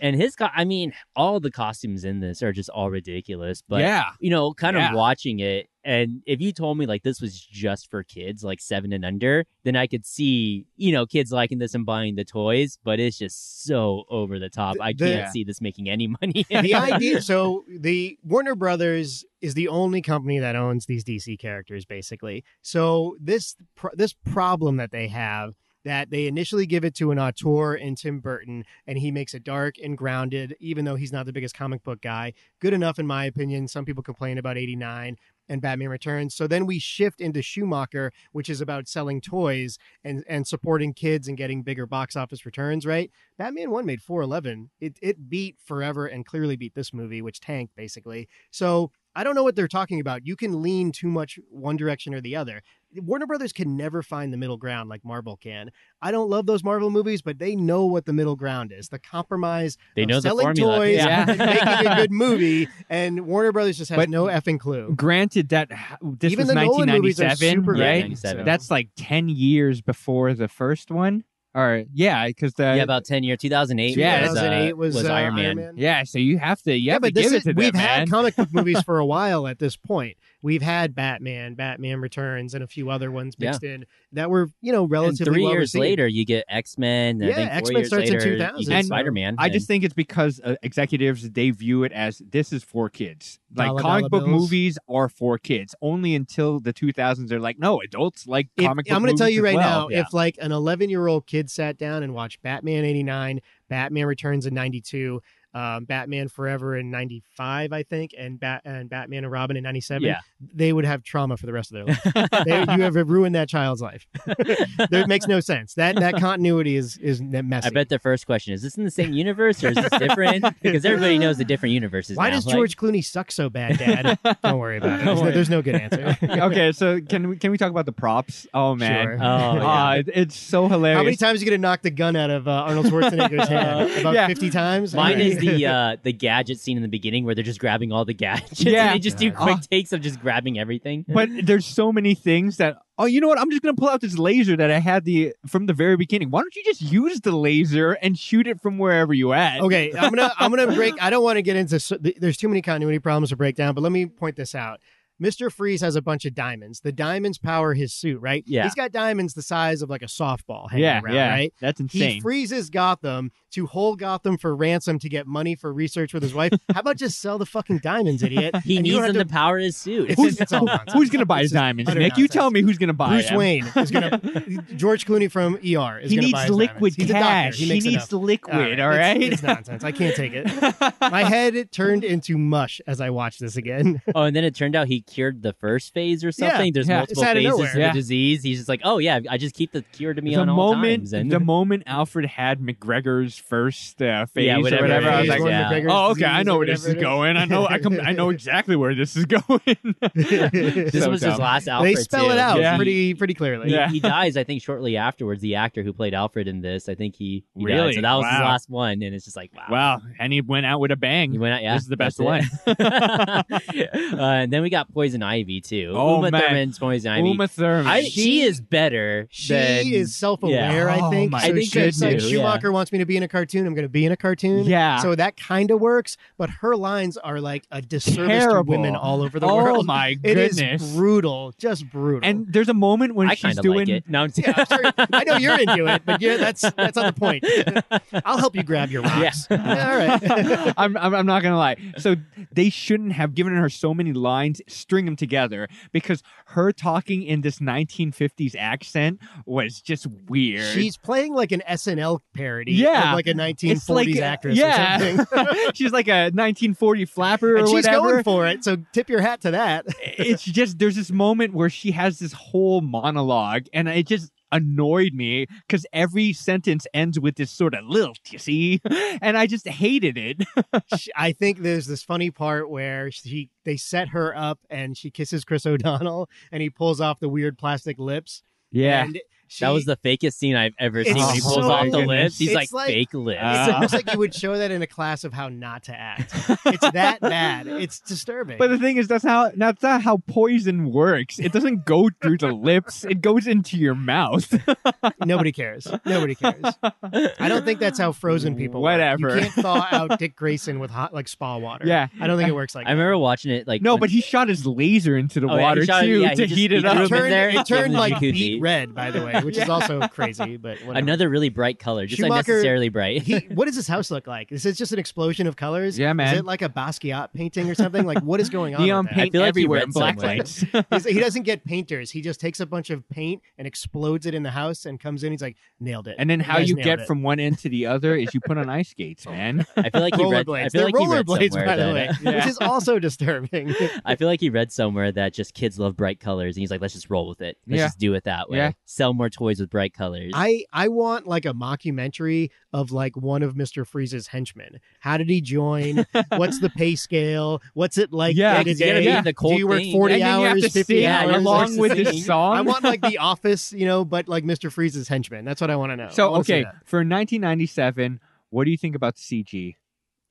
Speaker 1: and his, co- I mean, all the costumes in this are just all ridiculous. But
Speaker 4: yeah,
Speaker 1: you know, kind
Speaker 4: Yeah.
Speaker 1: of watching it. And if you told me like this was just for kids, like seven and under, then I could see, you know, kids liking this and buying the toys, but it's just so over the top. I
Speaker 2: The-
Speaker 1: can't
Speaker 4: Yeah.
Speaker 1: see this making any money.
Speaker 2: the idea so the Warner Brothers is the only company that owns these DC characters basically. So this pro- this problem that they have that they initially give it to an auteur in Tim Burton and he makes it dark and grounded even though he's not the biggest comic book guy. Good enough in my opinion. Some people complain about 89 and Batman Returns. So then we shift into Schumacher, which is about selling toys and and supporting kids and getting bigger box office returns, right? Batman One made four eleven. It it beat Forever and clearly beat this movie, which tanked basically. So I don't know what they're talking about. You can lean too much one direction or the other. Warner Brothers can never find the middle ground like Marvel can. I don't love those Marvel movies, but they know what the middle ground is. The compromise
Speaker 1: They
Speaker 2: of
Speaker 1: know the
Speaker 2: selling
Speaker 1: formula.
Speaker 2: toys
Speaker 1: Yeah.
Speaker 2: and making a good movie, and Warner Brothers just has
Speaker 4: But-
Speaker 2: no effing clue.
Speaker 4: granted that this
Speaker 2: Even
Speaker 4: was
Speaker 2: the Nolan movies are
Speaker 4: 1997,
Speaker 2: super
Speaker 1: Yeah,
Speaker 4: right?
Speaker 2: good.
Speaker 1: 97.
Speaker 2: so-
Speaker 4: That's like 10 years before the first one. Or yeah, because the
Speaker 1: yeah, about 10 year, 2008.
Speaker 4: Yeah,
Speaker 1: was, uh,
Speaker 2: 2008 was,
Speaker 1: was
Speaker 2: uh,
Speaker 1: Iron Man.
Speaker 4: yeah, so you have to you
Speaker 2: Yeah,
Speaker 4: have
Speaker 2: but
Speaker 4: to
Speaker 2: this
Speaker 4: give
Speaker 2: is,
Speaker 4: it to them,
Speaker 2: we've
Speaker 4: man.
Speaker 2: had comic book movies for a while at this point. We've had Batman, Batman Returns, and a few other ones
Speaker 1: Yeah.
Speaker 2: mixed in that were you know
Speaker 1: And
Speaker 2: relatively
Speaker 1: three
Speaker 2: well
Speaker 1: years
Speaker 2: received.
Speaker 1: later, you get X Men.
Speaker 2: Yeah,
Speaker 1: I think four
Speaker 2: X-Men
Speaker 1: years
Speaker 2: starts in
Speaker 1: later,
Speaker 2: 2000,
Speaker 1: You get
Speaker 4: so-
Speaker 1: Spider Man.
Speaker 4: I just think it's because uh, executives they view it as this is for kids. Like
Speaker 2: Dollar, dollar
Speaker 4: comic book
Speaker 2: bills.
Speaker 4: movies are for kids. Only until the 2000s they're like, no, adults like
Speaker 2: If-
Speaker 4: comic. book
Speaker 2: I'm going to tell
Speaker 4: movies
Speaker 2: you
Speaker 4: as
Speaker 2: right
Speaker 4: well.
Speaker 2: now, if like an 11 year old kid sat down and watched Batman '89, Batman Returns in '92, um, Batman Forever in '95, I think, and Bat and Batman and Robin in '97,
Speaker 1: Yeah.
Speaker 2: they would have trauma for the rest of their life. they, you have ruined that child's life. There- it makes no sense. That that continuity is is messy.
Speaker 1: I bet the first question is this in the same universe or is this different? because everybody knows the different universes.
Speaker 2: Why
Speaker 1: now.
Speaker 2: does
Speaker 1: Like-
Speaker 2: George Clooney suck so bad, Dad? Don't worry about it. There's no, there's no good answer.
Speaker 4: okay, so can we can we talk about the props? Oh man,
Speaker 2: Sure.
Speaker 1: Oh,
Speaker 4: Ah, it- it's so hilarious.
Speaker 2: How many times are you gonna knock the gun out of uh, Arnold Schwarzenegger's hand? About
Speaker 4: yeah.
Speaker 2: fifty times.
Speaker 1: Uh, Mine
Speaker 2: Okay.
Speaker 1: is the uh, the gadget scene in the beginning where they're just grabbing all the gadgets.
Speaker 4: Yeah.
Speaker 1: and they just do
Speaker 2: God.
Speaker 1: quick takes of just grabbing everything.
Speaker 4: but there's so many things that oh you know what i'm just gonna pull out this laser that i had the from the very beginning why don't you just use the laser and shoot it from wherever you
Speaker 1: uh,
Speaker 4: at
Speaker 2: okay. I'm gonna I'm gonna break. I don't want to get into. s- th- There's too many continuity problems to break down, but let me point this out. Mr. Freeze has a bunch of diamonds. The diamonds power his suit, right?
Speaker 1: Yeah.
Speaker 2: He's got diamonds the size of like a softball hanging
Speaker 4: yeah
Speaker 2: around,
Speaker 4: yeah
Speaker 2: right?
Speaker 4: that's
Speaker 2: He
Speaker 4: insane
Speaker 2: freezes Gotham to hold Gotham for ransom to get money for research with his wife. How about just sell the fucking diamonds, idiot?
Speaker 1: he
Speaker 2: And you
Speaker 1: needs
Speaker 2: don't have
Speaker 1: them
Speaker 2: to
Speaker 1: to power his suit.
Speaker 2: It's, it's all nonsense.
Speaker 4: who's gonna buy his
Speaker 2: It's just
Speaker 4: diamonds
Speaker 2: utter
Speaker 4: nick you
Speaker 2: nonsense.
Speaker 4: tell me who's gonna buy
Speaker 2: Bruce
Speaker 4: him.
Speaker 2: Wayne is gonna George Clooney from ER is
Speaker 4: he
Speaker 2: gonna
Speaker 4: needs
Speaker 2: buy his
Speaker 4: liquid
Speaker 2: diamonds. He's a doctor.
Speaker 4: cash
Speaker 2: He,
Speaker 4: he,
Speaker 2: makes
Speaker 4: needs
Speaker 2: enough.
Speaker 4: liquid all
Speaker 2: it's-
Speaker 4: right,
Speaker 2: It's, nonsense. I can't take it. My head it turned into mush as I watched this again.
Speaker 1: oh, and then it turned out he cured the first phase or
Speaker 2: Yeah,
Speaker 1: something. There's
Speaker 4: yeah.
Speaker 1: multiple
Speaker 2: It's out of
Speaker 1: phases
Speaker 2: nowhere.
Speaker 1: of the
Speaker 4: Yeah.
Speaker 1: disease. He's just like, oh yeah, I just keep the cure to me
Speaker 4: the
Speaker 1: on all
Speaker 4: moment
Speaker 1: times. And
Speaker 4: the moment alfred had mcgregor's first uh, phase
Speaker 1: Yeah,
Speaker 4: or
Speaker 1: whatever
Speaker 4: whatever, i was
Speaker 1: phase
Speaker 4: like
Speaker 1: one.
Speaker 4: oh okay i know where this is going i know i come i know exactly where this is going
Speaker 1: this
Speaker 4: So
Speaker 1: was his
Speaker 4: dumb.
Speaker 1: last
Speaker 2: they
Speaker 1: Alfred.
Speaker 2: spell it
Speaker 1: too.
Speaker 2: out
Speaker 4: Yeah.
Speaker 2: pretty pretty
Speaker 1: He,
Speaker 2: clearly.
Speaker 4: Yeah.
Speaker 1: he dies, I think, shortly afterwards. The actor who played Alfred in this, I think he, he died.
Speaker 4: Really?
Speaker 1: So that was his
Speaker 4: Wow.
Speaker 1: last one, and it's just like, wow.
Speaker 4: Wow. And he went out with a bang.
Speaker 1: You went out, yeah.
Speaker 4: This is the best
Speaker 1: that's it. uh, and then we got Poison Ivy too.
Speaker 4: Oh,
Speaker 1: Uma
Speaker 4: man.
Speaker 1: Thurman's Poison Ivy.
Speaker 4: Uma Thurman.
Speaker 1: I, she,
Speaker 2: She-
Speaker 1: is better.
Speaker 2: She
Speaker 1: than,
Speaker 2: is self-aware,
Speaker 4: Yeah.
Speaker 2: I think.
Speaker 4: Oh my
Speaker 2: so
Speaker 1: I think
Speaker 2: she's
Speaker 1: so
Speaker 2: like,
Speaker 1: too, yeah.
Speaker 2: Schumacher wants me to be in a cartoon. I'm going to be in a cartoon.
Speaker 4: yeah.
Speaker 2: So that kind of works, but her lines are like a disservice
Speaker 4: Terrible.
Speaker 2: to women all over the
Speaker 4: oh
Speaker 2: world.
Speaker 4: my
Speaker 2: It is
Speaker 4: goodness.
Speaker 2: brutal, just brutal.
Speaker 4: and there's a moment when
Speaker 1: I
Speaker 4: she's
Speaker 1: kind of
Speaker 4: doing
Speaker 1: like it. No, I'm
Speaker 2: yeah, I'm sorry. I know you're into it, but yeah, that's that's not the point. I'll help you grab your rocks. All right.
Speaker 4: I'm, I'm I'm not gonna lie. So they shouldn't have given her so many lines, string them together, because her talking in this 1950s accent was just weird.
Speaker 2: She's playing like an SNL parody
Speaker 4: Yeah.
Speaker 2: of like a 1940s
Speaker 4: it's like
Speaker 1: uh,
Speaker 2: actress or
Speaker 4: yeah.
Speaker 2: something.
Speaker 4: she's like a 1940 flapper or
Speaker 2: and she's
Speaker 4: whatever.
Speaker 2: going for it, so tip your hat to that.
Speaker 4: it's just there's this moment where she has this whole monologue and it just annoyed me because every sentence ends with this sort of lilt you see and i just hated it
Speaker 2: She- I think there's this funny part where she they set her up and she kisses Chris O'Donnell and he pulls off the weird plastic lips. and she,
Speaker 1: that was the fakest scene I've ever seen.
Speaker 2: It's
Speaker 1: When he pulls
Speaker 2: so-
Speaker 1: off the
Speaker 4: goodness.
Speaker 1: lips, he's
Speaker 2: It's
Speaker 1: like,
Speaker 2: like- Ah.
Speaker 1: fake lips.
Speaker 2: It's
Speaker 4: Uh.
Speaker 2: almost like you would show that in a class of how not to act. It's that bad. It's disturbing.
Speaker 4: but the thing is that's how that's not how poison works it doesn't go through the lips it goes into your mouth
Speaker 2: Nobody cares. Nobody cares. I don't think that's how frozen people. work.
Speaker 4: Whatever.
Speaker 2: You can't thaw out Dick Grayson with hot like spa water.
Speaker 4: Yeah.
Speaker 2: I don't think it works like.
Speaker 1: I remember watching it like
Speaker 4: no
Speaker 1: when-
Speaker 4: but he shot his laser into the
Speaker 1: Oh, yeah, he
Speaker 4: water
Speaker 1: shot-
Speaker 4: too
Speaker 1: yeah, he
Speaker 4: to
Speaker 1: just-
Speaker 4: heat it
Speaker 1: he threw
Speaker 2: that. It
Speaker 4: up
Speaker 1: him in
Speaker 2: turned,
Speaker 1: there,
Speaker 2: it turned
Speaker 1: in the
Speaker 2: like
Speaker 1: jacuzzi.
Speaker 2: beet red, by the way, which is also crazy. But whatever.
Speaker 1: another really bright color, just
Speaker 2: Schumacher-
Speaker 1: unnecessarily bright.
Speaker 2: He, what does this house look like? Is this just an explosion of colors?
Speaker 4: Yeah, man.
Speaker 2: Is it like a Basquiat painting or something? Like, what is going on?
Speaker 4: neon
Speaker 2: with that?
Speaker 4: paint
Speaker 1: feel like he
Speaker 4: everywhere
Speaker 1: read
Speaker 4: and black
Speaker 1: somewhere.
Speaker 4: lights
Speaker 2: He's- he doesn't get painters. He just takes a bunch of paint and explodes it in the house and comes in. He's like, nailed it.
Speaker 4: and then how
Speaker 2: guys
Speaker 4: you
Speaker 2: nailed
Speaker 4: get
Speaker 2: it.
Speaker 4: from one end to the other is you put on ice skates man
Speaker 1: I feel like he read. I feel
Speaker 2: rollerblades. They're
Speaker 1: like he read
Speaker 2: rollerblades,
Speaker 1: somewhere
Speaker 2: by the
Speaker 1: that-
Speaker 2: way,
Speaker 4: Yeah.
Speaker 2: which is also disturbing.
Speaker 1: I feel like he read somewhere that just kids love bright colors, and he's like, "Let's just roll with it. Let's
Speaker 4: Yeah.
Speaker 1: just do it that way.
Speaker 4: Yeah.
Speaker 1: Sell more toys with bright colors."
Speaker 2: I I want like a mockumentary of like one of Mister Freeze's henchmen. How did he join? What's the pay scale? What's it like?
Speaker 4: Yeah,
Speaker 2: day
Speaker 4: 'cause
Speaker 2: to
Speaker 1: you gotta
Speaker 2: day?
Speaker 1: be in the
Speaker 2: Do
Speaker 1: cold
Speaker 2: you work
Speaker 1: thing.
Speaker 2: forty
Speaker 4: and then you
Speaker 2: hours,
Speaker 4: have to
Speaker 2: fifty
Speaker 4: sing
Speaker 1: yeah,
Speaker 2: hours?
Speaker 1: you're
Speaker 4: along
Speaker 1: forced
Speaker 4: with
Speaker 1: to
Speaker 4: this
Speaker 1: sing.
Speaker 4: song.
Speaker 2: I want like The Office, you know, but like Mister Freeze's henchman. That's what I want to know. I
Speaker 4: so
Speaker 2: wanna see
Speaker 4: okay
Speaker 2: that.
Speaker 4: for 1997. What do you think about the CG?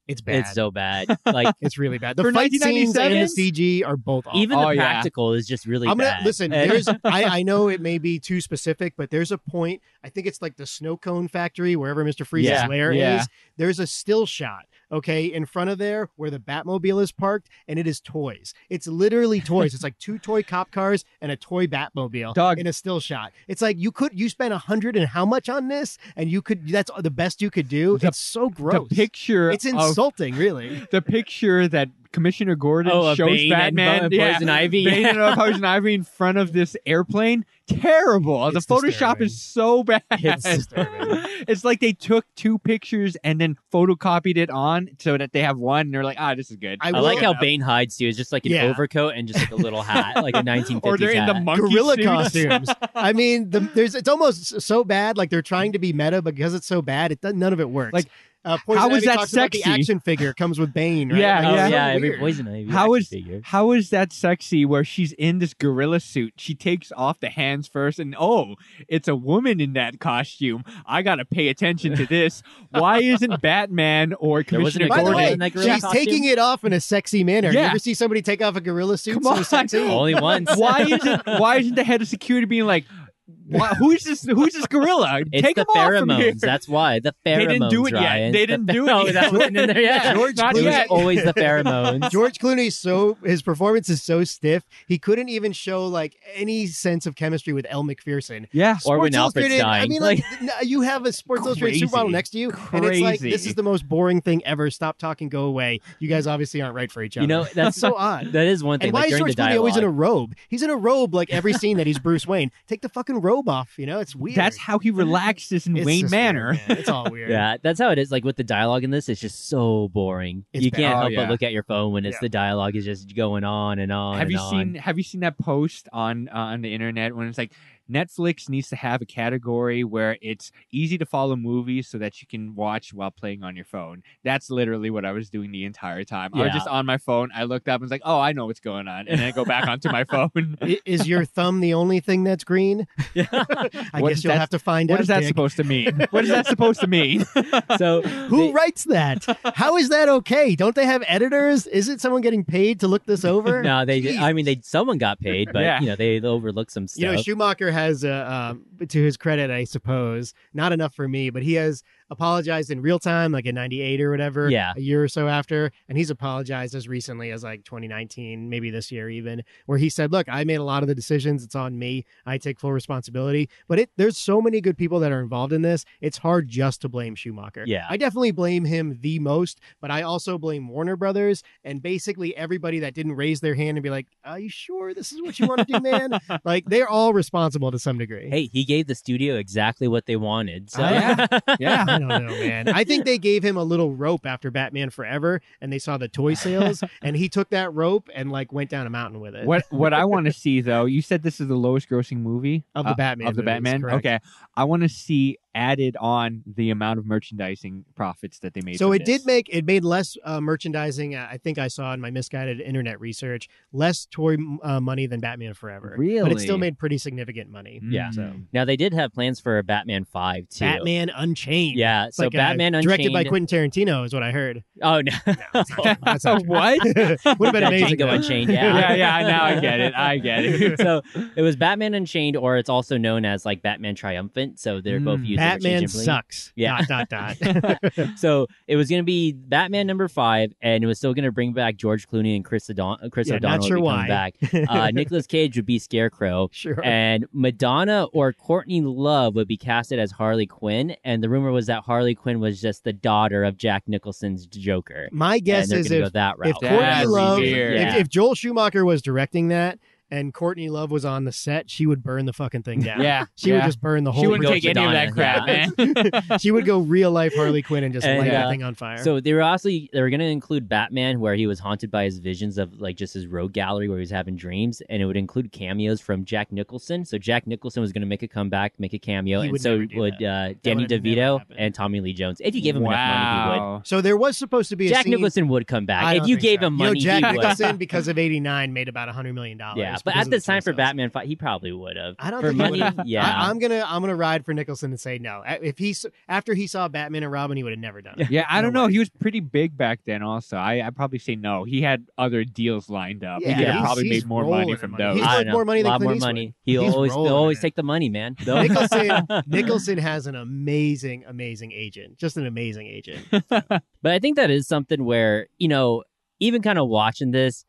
Speaker 2: it's bad.
Speaker 1: it's so bad. Like
Speaker 2: It's really bad. The
Speaker 4: For
Speaker 2: fight scenes and the
Speaker 4: 1997?
Speaker 2: CG are both awful.
Speaker 1: even
Speaker 4: oh,
Speaker 1: the
Speaker 4: yeah.
Speaker 1: practical is just really
Speaker 2: I'm gonna
Speaker 1: bad.
Speaker 2: listen.
Speaker 1: And-
Speaker 2: There's, I, I know it may be too specific, but there's a point. I think it's like the snow cone factory, wherever Mister Freeze's
Speaker 4: Yeah,
Speaker 2: lair
Speaker 4: yeah.
Speaker 2: is. There's a still shot, okay, in front of there where the Batmobile is parked, and it is toys. It's literally toys. it's like two toy cop cars and a toy Batmobile
Speaker 4: Dog.
Speaker 2: in a still shot. It's like you could you spent a hundred and how much on this, and you could that's the best you could do.
Speaker 4: The-
Speaker 2: it's so gross.
Speaker 4: The picture
Speaker 2: it's
Speaker 4: of,
Speaker 2: insulting, really.
Speaker 4: the picture that Commissioner Gordon
Speaker 1: oh, a
Speaker 4: shows
Speaker 1: Bane
Speaker 4: Batman
Speaker 1: and Bo-
Speaker 4: yeah,
Speaker 1: Poison Ivy.
Speaker 4: Bane and Poison Ivy in front of this airplane. Terrible.
Speaker 2: It's
Speaker 4: the Photoshop
Speaker 2: disturbing.
Speaker 4: is so bad.
Speaker 1: It's
Speaker 2: disturbing.
Speaker 4: It's like they took two pictures and then photocopied it on so that they have one and they're like, ah, this is good.
Speaker 1: I
Speaker 2: will-
Speaker 1: like how Bane hides too. It's just like an
Speaker 2: Yeah.
Speaker 1: overcoat and just like a little hat, like a 1950s
Speaker 4: or they're in the
Speaker 1: hat.
Speaker 4: monkey
Speaker 2: gorilla
Speaker 4: suits.
Speaker 2: costumes. I mean, the, there's it's almost s- so bad. Like they're trying to be meta but because it's so bad. It does, none of it works.
Speaker 4: Like,
Speaker 2: uh, Poison
Speaker 4: how is
Speaker 2: Ivy
Speaker 4: that
Speaker 2: talks about
Speaker 4: sexy?
Speaker 2: The action figure comes with Bane. Right?
Speaker 4: Yeah,
Speaker 2: Like,
Speaker 1: Oh,
Speaker 2: it's
Speaker 1: yeah,
Speaker 2: so
Speaker 1: every
Speaker 2: weird.
Speaker 1: poison ivy.
Speaker 4: How
Speaker 1: action
Speaker 4: is-
Speaker 1: figure.
Speaker 4: How is that sexy where she's in this gorilla suit? She takes off the hands first, and oh, it's a woman in that costume. I got to pay attention to this. Why isn't Batman or
Speaker 1: There wasn't
Speaker 4: Commissioner
Speaker 1: a
Speaker 2: By the
Speaker 1: gorilla
Speaker 4: Gordon?
Speaker 2: way,
Speaker 1: in that gorilla
Speaker 2: she's
Speaker 1: costume?
Speaker 2: taking it off in a sexy manner. You
Speaker 4: Yeah.
Speaker 2: ever see somebody take off a gorilla suit?
Speaker 4: Come
Speaker 2: so
Speaker 4: on.
Speaker 2: sexy?
Speaker 1: Only once.
Speaker 4: Why isn't why isn't the head of security being like, why, who's this who's this gorilla?
Speaker 1: It's
Speaker 4: Take
Speaker 1: the
Speaker 4: him off from here.
Speaker 1: pheromones. That's why the pheromones.
Speaker 4: They didn't do it yet.
Speaker 1: Ryan.
Speaker 4: They
Speaker 1: The
Speaker 4: didn't
Speaker 1: pher-
Speaker 4: do it
Speaker 1: No,
Speaker 4: yet.
Speaker 1: that wasn't in there yet.
Speaker 4: George
Speaker 1: It
Speaker 4: Not
Speaker 1: was
Speaker 4: yet.
Speaker 1: always the pheromones.
Speaker 2: George Clooney's so his performance is so stiff. He couldn't even show like any sense of chemistry with Elle McPherson.
Speaker 4: Yeah.
Speaker 1: Or when Alfred's
Speaker 2: Sports Illustrated, I
Speaker 1: dying.
Speaker 2: mean, like, n- you have a Sports Illustrated
Speaker 4: Crazy.
Speaker 2: supermodel next to you, and it's like this
Speaker 4: Crazy.
Speaker 2: is the most boring thing ever. Stop talking, go away. You guys obviously aren't right for each other.
Speaker 1: You know, that's
Speaker 2: it's so odd.
Speaker 1: That is one thing.
Speaker 2: And why
Speaker 1: like,
Speaker 2: is
Speaker 1: during
Speaker 2: George
Speaker 1: the
Speaker 2: Clooney
Speaker 1: dialogue,
Speaker 2: always in a robe? He's in a robe like every scene that he's Bruce Wayne. Take the fucking robe off. You know, it's weird.
Speaker 4: That's how he relaxes in
Speaker 2: It's
Speaker 4: Wayne
Speaker 2: just weird,
Speaker 4: Manor.
Speaker 2: man. It's all weird.
Speaker 1: Yeah, that's how it is. Like with the dialogue in this, it's just so boring.
Speaker 2: It's
Speaker 1: you
Speaker 2: bad.
Speaker 1: can't
Speaker 4: Oh,
Speaker 1: help
Speaker 4: yeah.
Speaker 1: but look at your phone when it's
Speaker 2: Yeah.
Speaker 1: the dialogue is just going on and on.
Speaker 4: Have
Speaker 1: and
Speaker 4: you
Speaker 1: on.
Speaker 4: seen Have you seen that post on uh, on the internet when it's like Netflix needs to have a category where it's easy to follow movies so that you can watch while playing on your phone. That's literally what I was doing the entire time. I was
Speaker 1: Yeah.
Speaker 4: just on my phone. I looked up and was like, oh, I know what's going on. And then I go back onto my phone.
Speaker 2: I- Is your thumb the only thing that's green? I
Speaker 4: What
Speaker 2: guess
Speaker 4: is
Speaker 2: you'll
Speaker 4: that-
Speaker 2: have to find
Speaker 4: What
Speaker 2: out.
Speaker 4: is that
Speaker 2: Dick.
Speaker 4: supposed to mean? What is that supposed to mean?
Speaker 1: So
Speaker 2: Who
Speaker 1: the-
Speaker 2: writes that? How is that okay? Don't they have editors? Isn't someone getting paid to look this over?
Speaker 1: No, they. did- I mean, they. Someone got paid, but
Speaker 4: Yeah.
Speaker 1: you know they overlooked some stuff.
Speaker 2: You know, Schumacher has, uh, um, to his credit, I suppose, not enough for me, but he has apologized in real time, like in '98 or whatever,
Speaker 1: Yeah.
Speaker 2: a year or so after, and he's apologized as recently as like 2019, maybe this year even, where he said, "Look, I made a lot of the decisions. It's on me. I take full responsibility." But it, there's so many good people that are involved in this. It's hard just to blame Schumacher.
Speaker 1: Yeah.
Speaker 2: I definitely blame him the most, but I also blame Warner Brothers and basically everybody that didn't raise their hand and be like, "Are you sure this is what you want to do, man?" like they're all responsible to some degree.
Speaker 1: hey, he gave the studio exactly what they wanted. So
Speaker 2: Oh, yeah.
Speaker 4: Yeah.
Speaker 2: I don't know, man. I think they gave him a little rope after Batman Forever, and they saw the toy sales, and he took that rope and like went down a mountain with it.
Speaker 4: what what I want to see though, you said this is the lowest grossing movie
Speaker 2: Of the
Speaker 4: uh,
Speaker 2: Batman
Speaker 4: of the
Speaker 2: movies,
Speaker 4: Batman.
Speaker 2: correct.
Speaker 4: Okay, I want to see added on the amount of merchandising profits that they made.
Speaker 2: So
Speaker 4: from
Speaker 2: it
Speaker 4: this.
Speaker 2: did make it made less uh, merchandising. uh, I think I saw in my misguided internet research less toy uh, money than Batman Forever. but it still
Speaker 4: Really?
Speaker 2: made pretty significant money.
Speaker 1: Yeah.
Speaker 2: So
Speaker 4: Mm.
Speaker 1: now they did have plans for a Batman Five too.
Speaker 2: Batman Unchained.
Speaker 1: Yeah.
Speaker 2: It's
Speaker 1: so
Speaker 2: like, uh,
Speaker 1: Batman
Speaker 2: directed by
Speaker 1: Unchained-
Speaker 2: Quentin Tarantino, is what I heard.
Speaker 1: Oh no.
Speaker 2: That's not true.
Speaker 4: what?
Speaker 2: Would have been
Speaker 1: Yeah,
Speaker 2: amazing.
Speaker 1: Django
Speaker 2: though.
Speaker 1: Unchained,
Speaker 4: yeah,
Speaker 1: Yeah.
Speaker 4: yeah. Now I get it. I get it.
Speaker 1: so it was Batman Unchained, or it's also known as like Batman Triumphant. So they're both
Speaker 4: Mm.
Speaker 1: used
Speaker 2: Batman
Speaker 1: interchangeably.
Speaker 2: sucks.
Speaker 1: Yeah.
Speaker 2: Dot dot dot.
Speaker 1: so it was going to be Batman number five, and it was still going to bring back George Clooney and Chris, O'Don- uh, Chris
Speaker 2: Yeah,
Speaker 1: O'Donnell.
Speaker 2: not sure
Speaker 1: would be
Speaker 2: why.
Speaker 1: coming Back. Uh, Nicholas Cage would be Scarecrow,
Speaker 2: sure.
Speaker 1: and Madonna or Courtney Love would be casted as Harley Quinn. And the rumor was that Harley Quinn was just the daughter of Jack Nicholson's Joker.
Speaker 2: My guess
Speaker 1: and they're
Speaker 2: is
Speaker 1: gonna
Speaker 2: if
Speaker 1: go that route.
Speaker 2: if Courtney
Speaker 4: That'd be
Speaker 2: Love,
Speaker 4: weird.
Speaker 2: if,
Speaker 1: Yeah.
Speaker 2: if Joel Schumacher was directing that and Courtney Love was on the set, she would burn the fucking thing down.
Speaker 4: Yeah,
Speaker 2: she
Speaker 4: yeah.
Speaker 2: would just burn the whole.
Speaker 4: She wouldn't
Speaker 1: Go
Speaker 4: take any of
Speaker 1: Madonna,
Speaker 4: that crap,
Speaker 1: yeah.
Speaker 4: man.
Speaker 2: she would go real life Harley Quinn and just
Speaker 1: And,
Speaker 2: light
Speaker 1: uh,
Speaker 2: that thing on fire.
Speaker 1: So they were also they were going to include Batman, where he was haunted by his visions of like just his rogue gallery where he was having dreams, and it would include cameos from Jack Nicholson. So Jack Nicholson was going to make a comeback, make a cameo,
Speaker 2: He
Speaker 1: and
Speaker 2: would
Speaker 1: so
Speaker 2: never do
Speaker 1: would
Speaker 2: that.
Speaker 1: uh, Danny
Speaker 2: would have never
Speaker 1: DeVito
Speaker 2: happened.
Speaker 1: and Tommy Lee Jones. If you gave him enough money, he would.
Speaker 4: wow.
Speaker 2: so there was supposed to be a
Speaker 1: Jack
Speaker 2: scene-
Speaker 1: Nicholson would come
Speaker 2: I
Speaker 1: back
Speaker 2: don't
Speaker 1: if you
Speaker 2: think
Speaker 1: gave
Speaker 2: so.
Speaker 1: him
Speaker 2: You know,
Speaker 1: money.
Speaker 2: Jack
Speaker 1: he
Speaker 2: Nicholson
Speaker 1: would.
Speaker 2: because of '89 made about hundred million dollars.
Speaker 1: Yeah, but
Speaker 2: Oh, because
Speaker 1: at
Speaker 2: of
Speaker 1: this
Speaker 2: the
Speaker 1: time
Speaker 2: toy
Speaker 1: for
Speaker 2: sales.
Speaker 1: Batman, fi- he probably would have.
Speaker 2: I don't
Speaker 1: for
Speaker 2: think he
Speaker 1: money.
Speaker 2: would've.
Speaker 1: yeah,
Speaker 2: I, am gonna I'm gonna ride for Nicholson and say no. If he s- after he saw Batman and Robin, he would have never done it.
Speaker 4: Yeah, I
Speaker 2: No
Speaker 4: don't know.
Speaker 2: way.
Speaker 4: He was pretty big back then. Also, I I probably say no. He had other deals lined up.
Speaker 2: Yeah,
Speaker 4: he could
Speaker 1: he's-
Speaker 4: have probably
Speaker 2: he's
Speaker 4: made more
Speaker 2: rolling
Speaker 4: money
Speaker 2: in
Speaker 4: from
Speaker 2: money.
Speaker 4: those.
Speaker 1: I
Speaker 2: He's worth
Speaker 1: don't know,
Speaker 2: more money
Speaker 1: A
Speaker 2: than
Speaker 1: lot more
Speaker 2: Clint Eastwood.
Speaker 1: money. He'll
Speaker 2: He's
Speaker 1: always he'll
Speaker 2: rolling in
Speaker 1: always
Speaker 2: it.
Speaker 1: take the money, man.
Speaker 2: Nicholson Nicholson has an amazing, amazing agent. Just an amazing agent.
Speaker 1: But I think that is something where, you know, even kind of watching this,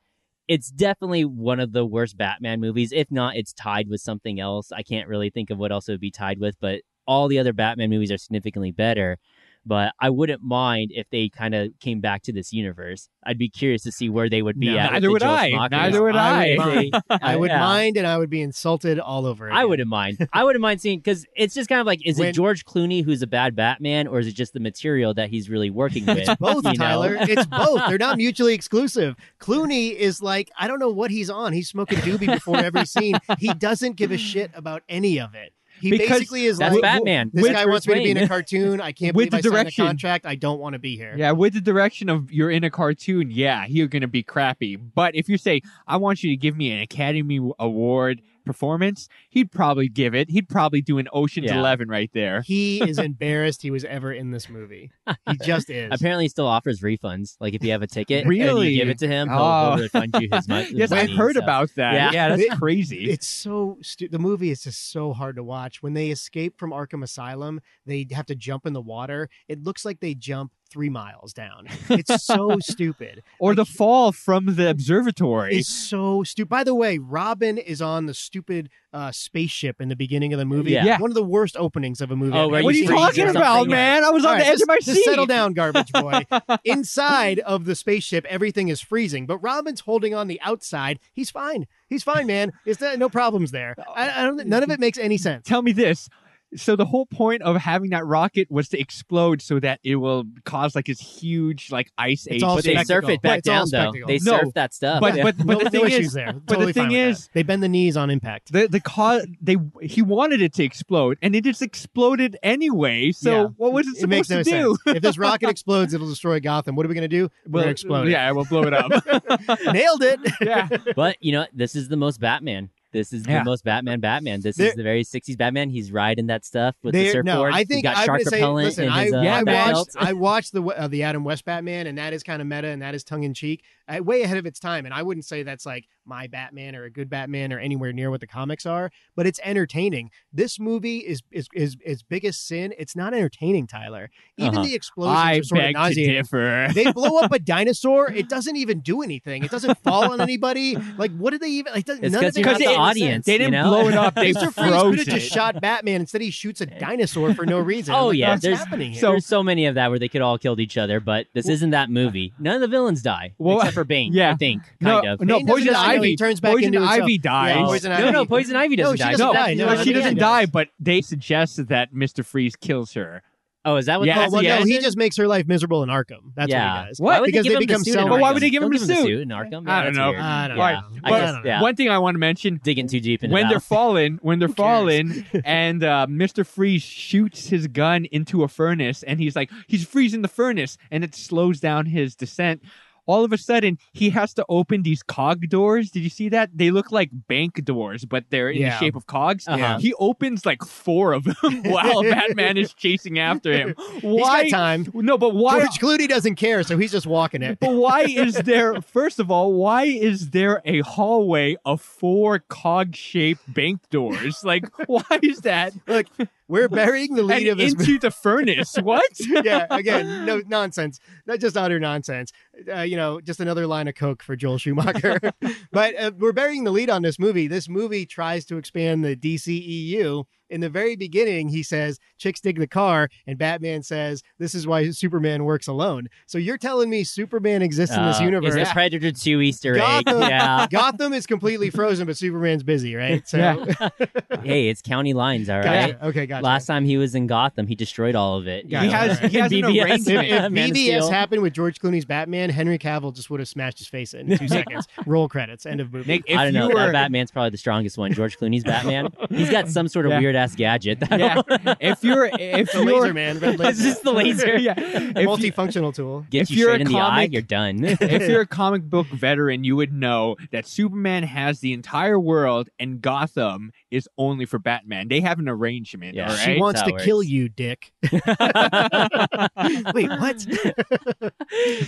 Speaker 1: it's definitely one of the worst Batman movies. If not, it's tied with something else. I can't really think of what else it would be tied with, but all the other Batman movies are significantly better. But I wouldn't mind if they kind of came back to this universe. I'd be curious to see where they would be
Speaker 2: No.
Speaker 1: at. with
Speaker 4: Neither
Speaker 1: the
Speaker 4: would
Speaker 1: Joel
Speaker 4: I.
Speaker 1: Schumacher.
Speaker 4: Neither would
Speaker 2: I
Speaker 4: I.
Speaker 2: would mind. I would
Speaker 1: Yeah.
Speaker 2: mind and I would be insulted all over again.
Speaker 1: I wouldn't mind. I wouldn't mind seeing because it's just kind of like, is
Speaker 2: When-
Speaker 1: it George Clooney who's a bad Batman, or is it just the material that he's really working with?
Speaker 2: Both,
Speaker 1: you know?
Speaker 2: Tyler. It's both. They're not mutually exclusive. Clooney is like, I don't know what he's on. He's smoking doobie before every scene. He doesn't give a shit about any of it. He
Speaker 4: Because
Speaker 2: basically is
Speaker 1: That's
Speaker 2: like,
Speaker 1: Batman.
Speaker 2: This
Speaker 1: With
Speaker 2: guy
Speaker 1: Bruce
Speaker 2: wants me to be in a
Speaker 1: Wayne.
Speaker 2: cartoon. I can't
Speaker 4: With
Speaker 2: believe I
Speaker 4: the
Speaker 2: signed a
Speaker 4: direction.
Speaker 2: contract. I don't want to be here.
Speaker 4: Yeah, with the direction of you're in a cartoon, yeah, you're gonna be crappy. But if you say I want you to give me an Academy Award performance, he'd probably give it. He'd probably do an Ocean's
Speaker 1: Yeah.
Speaker 4: Eleven right there.
Speaker 2: He is embarrassed he was ever in this movie. He just is.
Speaker 1: Apparently, he still offers refunds. Like if you have a ticket, and
Speaker 4: Really?
Speaker 1: you give it to him, he'll,
Speaker 4: Oh.
Speaker 1: he'll refund you his money.
Speaker 4: yes, I've
Speaker 1: money,
Speaker 4: heard
Speaker 1: so-
Speaker 4: about that.
Speaker 1: Yeah.
Speaker 4: Yeah,
Speaker 2: It-
Speaker 4: that's crazy.
Speaker 2: It's so stu- the movie is just so hard to watch. When they escape from Arkham Asylum, they have to jump in the water. It looks like they jump three miles down. It's so stupid.
Speaker 4: or the fall from the observatory.
Speaker 2: It's so stupid. By the way, Robin is on the stupid uh, spaceship in the beginning of the movie.
Speaker 1: Yeah.
Speaker 4: Yeah.
Speaker 2: one of the worst openings of a movie.
Speaker 1: Oh,
Speaker 2: I've
Speaker 1: where
Speaker 2: ever
Speaker 4: What are you
Speaker 1: freeze
Speaker 2: seen.
Speaker 1: or
Speaker 4: talking about,
Speaker 1: something.
Speaker 4: man? I was on
Speaker 2: All
Speaker 4: the
Speaker 2: right,
Speaker 4: edge
Speaker 2: just,
Speaker 4: of my
Speaker 2: just
Speaker 4: seat.
Speaker 2: settle down, garbage boy. Inside of the spaceship, everything is freezing, but Robin's holding on the outside. He's fine. He's fine, man. It's not, no problems there. I, I don't. None of it makes any sense.
Speaker 4: Tell me this. So the whole point of having that rocket was to explode so that it will cause like this huge like ice age.
Speaker 2: It's all
Speaker 1: But they
Speaker 2: spectacle.
Speaker 1: surf it back
Speaker 2: It's all
Speaker 1: down though.
Speaker 2: spectacle.
Speaker 1: They
Speaker 4: No,
Speaker 1: surf that stuff.
Speaker 4: but
Speaker 1: Yeah.
Speaker 4: but but
Speaker 2: no,
Speaker 4: the thing
Speaker 2: no
Speaker 4: is,
Speaker 2: issues there.
Speaker 4: but the
Speaker 2: Totally fine
Speaker 4: thing
Speaker 2: with that.
Speaker 4: is,
Speaker 2: they bend the knees on impact.
Speaker 4: the the cause they he wanted it to explode and it just exploded anyway. So
Speaker 2: Yeah.
Speaker 4: what was it supposed
Speaker 2: it makes no
Speaker 4: to do?
Speaker 2: sense. If this rocket explodes, it'll destroy Gotham. What are we gonna do? We're gonna explode. it.
Speaker 4: Yeah, we'll blow it up.
Speaker 2: nailed it.
Speaker 4: yeah,
Speaker 1: But you know, this is the most Batman. This is
Speaker 4: Yeah.
Speaker 1: the most Batman. Batman. This
Speaker 2: There-
Speaker 1: is the very '60s Batman. He's riding that stuff with the
Speaker 2: There-
Speaker 1: surfboard.
Speaker 2: no, I
Speaker 1: He's
Speaker 2: think
Speaker 1: got
Speaker 2: I'm
Speaker 1: shark
Speaker 2: gonna say.
Speaker 1: repellent
Speaker 2: Listen,
Speaker 1: in his,
Speaker 2: I,
Speaker 1: uh,
Speaker 2: I
Speaker 1: back
Speaker 2: watched
Speaker 1: belt.
Speaker 2: I watched the uh, the Adam West Batman, and that is kind of meta, and that is tongue in cheek, uh, way ahead of its time. And I wouldn't say that's like my Batman or a good Batman or anywhere near what the comics are, but it's entertaining. This movie is is is, is biggest sin. It's not entertaining, Tyler. Even
Speaker 1: Uh-huh.
Speaker 2: the explosions
Speaker 4: I
Speaker 2: are sort of
Speaker 4: beg to
Speaker 2: nauseating.
Speaker 4: differ.
Speaker 2: they blow up a dinosaur. It doesn't even do anything. It doesn't fall on anybody. Like, what do they even? Like, doesn't-
Speaker 1: It's
Speaker 2: none of
Speaker 1: 'cause you're
Speaker 2: it
Speaker 1: not
Speaker 2: makes
Speaker 1: the
Speaker 2: any
Speaker 1: audience.
Speaker 2: sense.
Speaker 4: They didn't
Speaker 1: you know?
Speaker 4: blow it up. They
Speaker 2: Mr. Freeze could
Speaker 4: froze
Speaker 2: have
Speaker 4: it.
Speaker 2: just shot Batman. Instead, he shoots a dinosaur for no reason.
Speaker 1: Oh,
Speaker 2: Like,
Speaker 1: yeah,
Speaker 2: what's
Speaker 1: there's-
Speaker 2: happening here?
Speaker 4: so-
Speaker 1: There's so many of that where they could all killed each other, but this isn't that movie.
Speaker 2: uh,
Speaker 1: None of the villains die
Speaker 4: Well,
Speaker 1: except for Bane.
Speaker 4: yeah.
Speaker 1: I think
Speaker 4: no,
Speaker 1: kind of.
Speaker 4: no,
Speaker 2: Bane doesn't
Speaker 4: poison
Speaker 2: die, no,
Speaker 4: ivy
Speaker 2: he turns back
Speaker 4: poison
Speaker 2: into himself.
Speaker 4: ivy dies.
Speaker 2: Yeah, Poison
Speaker 1: no,
Speaker 2: Ivy.
Speaker 1: no, Poison Ivy
Speaker 2: No,
Speaker 1: doesn't
Speaker 2: she
Speaker 1: die.
Speaker 2: doesn't
Speaker 4: no,
Speaker 2: die, no,
Speaker 4: but
Speaker 2: at
Speaker 4: she
Speaker 2: the
Speaker 4: doesn't
Speaker 2: end.
Speaker 4: die. But they suggest that Mister Freeze kills her.
Speaker 1: Oh, is that what?
Speaker 4: Yeah,
Speaker 1: the-
Speaker 4: at
Speaker 2: Oh,
Speaker 4: the
Speaker 2: well, no,
Speaker 4: end-
Speaker 2: he just makes her life miserable in Arkham. That's what
Speaker 1: yeah.
Speaker 2: he does.
Speaker 1: Why would
Speaker 2: Because
Speaker 1: they, give
Speaker 2: they
Speaker 1: him
Speaker 2: become
Speaker 1: the suit in
Speaker 2: self-
Speaker 4: But why would
Speaker 1: Arkham?
Speaker 4: they give him
Speaker 1: Don't
Speaker 4: the
Speaker 1: the
Speaker 4: suit?
Speaker 1: suit in Arkham? Yeah,
Speaker 4: I don't
Speaker 1: that's
Speaker 4: know.
Speaker 1: weird.
Speaker 2: I don't
Speaker 1: Yeah,
Speaker 2: know.
Speaker 1: I
Speaker 2: But-
Speaker 1: guess. Yeah.
Speaker 4: One thing I want to mention
Speaker 1: Digging too deep into
Speaker 4: when
Speaker 1: that.
Speaker 4: they're falling, when they're
Speaker 2: cares?
Speaker 4: falling, and uh, Mr. Freeze shoots his gun into a furnace, and he's like, he's freezing the furnace, and it slows down his descent. All of a sudden, he has to open these cog doors. Did you see that? They look like bank doors, but they're in
Speaker 2: Yeah.
Speaker 4: the shape of cogs.
Speaker 1: Uh-huh.
Speaker 4: He opens like four of them while Batman is chasing after him.
Speaker 2: He's
Speaker 4: Why?
Speaker 2: got time.
Speaker 4: No, but why?
Speaker 2: George Clooney doesn't care, so he's just walking it.
Speaker 4: But why is there, first of all, why is there a hallway of four cog shaped bank doors? Like, why is that?
Speaker 2: Look, we're burying the
Speaker 4: And
Speaker 2: lead of this movie.
Speaker 4: into the furnace. What?
Speaker 2: yeah, again, no nonsense. Not just utter nonsense. Uh, you know, just another line of coke for Joel Schumacher. but uh, we're burying the lead on this movie. This movie tries to expand the DCEU. In the very beginning, he says, "Chicks dig the car," and Batman says, "This is why Superman works alone." So you're telling me Superman exists in this
Speaker 1: Uh,
Speaker 2: universe?
Speaker 1: Is a Predator 2 Easter egg?
Speaker 2: Gotham,
Speaker 1: Yeah.
Speaker 2: Gotham is completely frozen, but Superman's busy, right? So,
Speaker 4: Yeah.
Speaker 1: hey, it's county lines, all right?
Speaker 2: Gotcha. okay, gotcha.
Speaker 1: Last time he was in Gotham, he destroyed all of it.
Speaker 2: Gotcha.
Speaker 4: He has, he has an
Speaker 1: BBS.
Speaker 2: If,
Speaker 4: arrangement.
Speaker 2: if
Speaker 1: Man of
Speaker 2: BBS
Speaker 1: Steel.
Speaker 2: happened with George Clooney's Batman, Henry Cavill just would have smashed his face in two seconds. Roll credits. End of movie.
Speaker 4: Nick, if
Speaker 1: I don't
Speaker 4: you
Speaker 1: know.
Speaker 4: were,
Speaker 1: That Batman's probably the strongest one. George Clooney's Batman. He's got some sort of
Speaker 4: Yeah.
Speaker 1: weird ass gadget.
Speaker 4: yeah, if you're, if
Speaker 2: the
Speaker 4: you're,
Speaker 2: laser man, red
Speaker 1: it's
Speaker 2: laser.
Speaker 1: just the laser.
Speaker 4: yeah, if, you,
Speaker 2: Multifunctional tool.
Speaker 1: Gets
Speaker 4: If
Speaker 1: you
Speaker 4: you're
Speaker 1: straight
Speaker 4: a
Speaker 1: in the eye,
Speaker 4: comic-
Speaker 1: you're done.
Speaker 4: if you're a comic book veteran, you would know that Superman has the entire world, and Gotham is only for Batman. They have an arrangement.
Speaker 1: Yeah.
Speaker 4: all
Speaker 1: She
Speaker 4: right?
Speaker 2: She wants
Speaker 1: That
Speaker 2: to
Speaker 1: works.
Speaker 2: kill you, Dick. Wait,
Speaker 1: And
Speaker 2: what?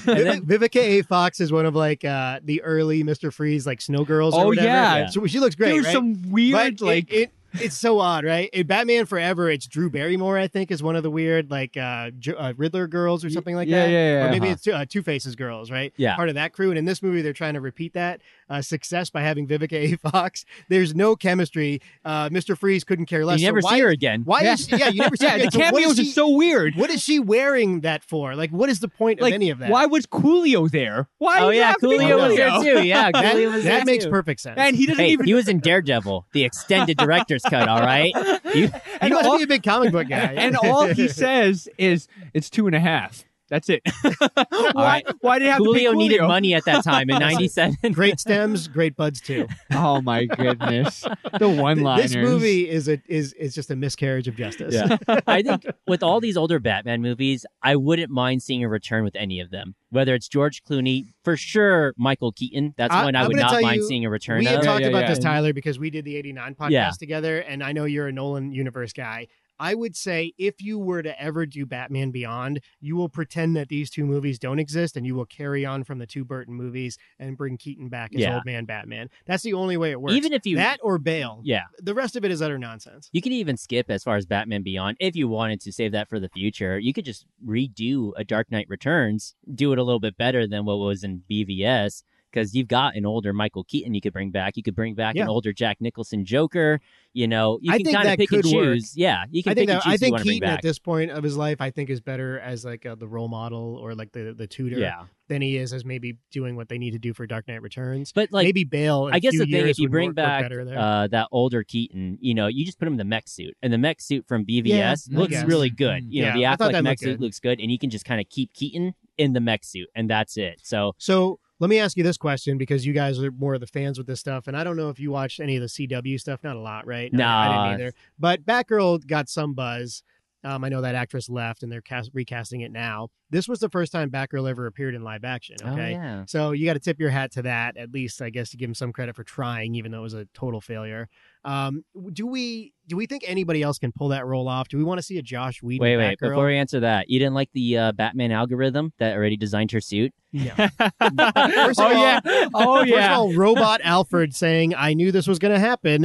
Speaker 2: Vivi- Vivica A. Fox is one of like uh, the early Mister Freeze, like Snow Girls. or
Speaker 4: Oh,
Speaker 2: whatever.
Speaker 4: yeah.
Speaker 2: So she looks great,
Speaker 4: There's
Speaker 2: right?
Speaker 4: some weird,
Speaker 2: But it-
Speaker 4: like,
Speaker 2: it, it's so odd, right? In Batman Forever, it's Drew Barrymore, I think, is one of the weird like uh, Ju- uh Riddler girls or something like
Speaker 4: yeah,
Speaker 2: that.
Speaker 4: yeah, yeah,
Speaker 2: Or maybe
Speaker 1: uh-huh.
Speaker 2: it's uh, Two Faces girls, right?
Speaker 1: Yeah.
Speaker 2: Part of that crew, and in this movie, they're trying to repeat that uh, success by having Vivica A. Fox. There's no chemistry. Uh, Mister Freeze couldn't care less.
Speaker 1: you never
Speaker 2: so
Speaker 1: see
Speaker 2: why,
Speaker 1: her again.
Speaker 2: Why?
Speaker 4: Yeah.
Speaker 2: Is, yeah, you never see
Speaker 4: yeah,
Speaker 2: her.
Speaker 4: the
Speaker 2: again. So what
Speaker 4: cameos
Speaker 2: is
Speaker 4: are
Speaker 2: she-
Speaker 4: so weird.
Speaker 2: What is she wearing that for? Like, what is the point
Speaker 4: Like,
Speaker 2: of any of that?
Speaker 4: Why was Coolio there? Why?
Speaker 1: oh
Speaker 4: did you
Speaker 1: yeah,
Speaker 4: have to be
Speaker 1: Coolio was there
Speaker 4: Coolio?
Speaker 1: too. Yeah,
Speaker 2: That,
Speaker 1: Coolio was there
Speaker 2: that makes
Speaker 1: too.
Speaker 2: perfect sense.
Speaker 4: And he doesn't
Speaker 1: Hey,
Speaker 4: even.
Speaker 1: he was in Daredevil, the extended director's cut. All right, You-
Speaker 2: he
Speaker 4: and
Speaker 2: must
Speaker 4: all-
Speaker 2: be a big comic book guy.
Speaker 4: and all he says is, "It's two and a half. That's it." why?
Speaker 1: right.
Speaker 4: Why did it have to
Speaker 1: Coolio
Speaker 4: be
Speaker 1: needed
Speaker 4: Coolio?
Speaker 1: money at that time in '97.
Speaker 2: great stems, great buds too.
Speaker 4: Oh my goodness! The one-liners.
Speaker 2: This movie is a is is just a miscarriage of justice.
Speaker 1: Yeah. I think with all these older Batman movies, I wouldn't mind seeing a return with any of them. Whether it's George Clooney, for sure, Michael Keaton. That's
Speaker 2: I-
Speaker 1: one I
Speaker 2: I'm
Speaker 1: would
Speaker 2: gonna
Speaker 1: not
Speaker 2: tell
Speaker 1: mind
Speaker 2: you,
Speaker 1: seeing a return
Speaker 2: We had
Speaker 1: of.
Speaker 2: talked
Speaker 4: yeah,
Speaker 2: about
Speaker 4: yeah.
Speaker 2: this, Tyler, because we did the '89 podcast
Speaker 1: Yeah.
Speaker 2: together, and I know you're a Nolan universe guy. I would say if you were to ever do Batman Beyond, you will pretend that these two movies don't exist, and you will carry on from the two Burton movies and bring Keaton back as
Speaker 1: Yeah.
Speaker 2: old man Batman. That's the only way it works.
Speaker 1: Even if you,
Speaker 2: that or Bale,
Speaker 1: yeah,
Speaker 2: the rest of it is utter nonsense.
Speaker 1: you could even skip as far as Batman Beyond if you wanted to save that for the future. You could just redo a Dark Knight Returns, do it a little bit better than what was in BVS. because you've got an older Michael Keaton you could bring back. You could bring back
Speaker 2: Yeah.
Speaker 1: an older Jack Nicholson Joker. You know, you
Speaker 2: I
Speaker 1: can
Speaker 2: think
Speaker 1: kind of
Speaker 2: that
Speaker 1: pick and
Speaker 2: could work.
Speaker 1: choose. Yeah, you can
Speaker 2: I think
Speaker 1: pick and
Speaker 2: that,
Speaker 1: choose
Speaker 2: I
Speaker 1: who you
Speaker 2: think
Speaker 1: want to bring
Speaker 2: Keaton
Speaker 1: back.
Speaker 2: at this point of his life, I think is better as like uh, the role model or like the the tutor
Speaker 1: yeah,
Speaker 2: than he is as maybe doing what they need to do for Dark Knight Returns.
Speaker 1: but like
Speaker 2: maybe Bale. in
Speaker 1: I
Speaker 2: a
Speaker 1: guess
Speaker 2: few
Speaker 1: the thing,
Speaker 2: years
Speaker 1: if you
Speaker 2: would
Speaker 1: bring
Speaker 2: work- work
Speaker 1: back
Speaker 2: better there.
Speaker 1: uh, that older Keaton, you know, you just put him in the mech suit, and the mech suit from BVS
Speaker 2: I
Speaker 1: looks
Speaker 2: guess. Mm,
Speaker 1: really good. You know,
Speaker 2: Yeah,
Speaker 1: the
Speaker 2: I thought
Speaker 1: Affleck
Speaker 2: that
Speaker 1: mech
Speaker 2: looked
Speaker 1: suit
Speaker 2: good.
Speaker 1: looks good, and you can just kind of keep Keaton in the mech suit, and that's it. So
Speaker 2: So let me ask you this question because you guys are more of the fans with this stuff, and I don't know if you watched any of the CW stuff. Not a lot, right? No, I
Speaker 1: Nah.
Speaker 2: didn't either. But Batgirl got some buzz. Um, I know that actress left, and they're cast- recasting it now. This was the first time Batgirl ever appeared in live action. Okay.
Speaker 1: oh yeah,
Speaker 2: So you got to tip your hat to that, at least I guess to give him some credit for trying, even though it was a total failure. Um, do we do we think anybody else can pull that role off? Do we want to see a Josh Whedon?
Speaker 1: wait, wait,
Speaker 2: Batgirl?
Speaker 1: before we answer that, you didn't like the uh, Batman algorithm that already designed her suit.
Speaker 4: oh
Speaker 2: First of all-
Speaker 4: yeah. Oh
Speaker 2: First of
Speaker 4: yeah.
Speaker 2: all, Robot Alfred saying, "I knew this was going to happen,"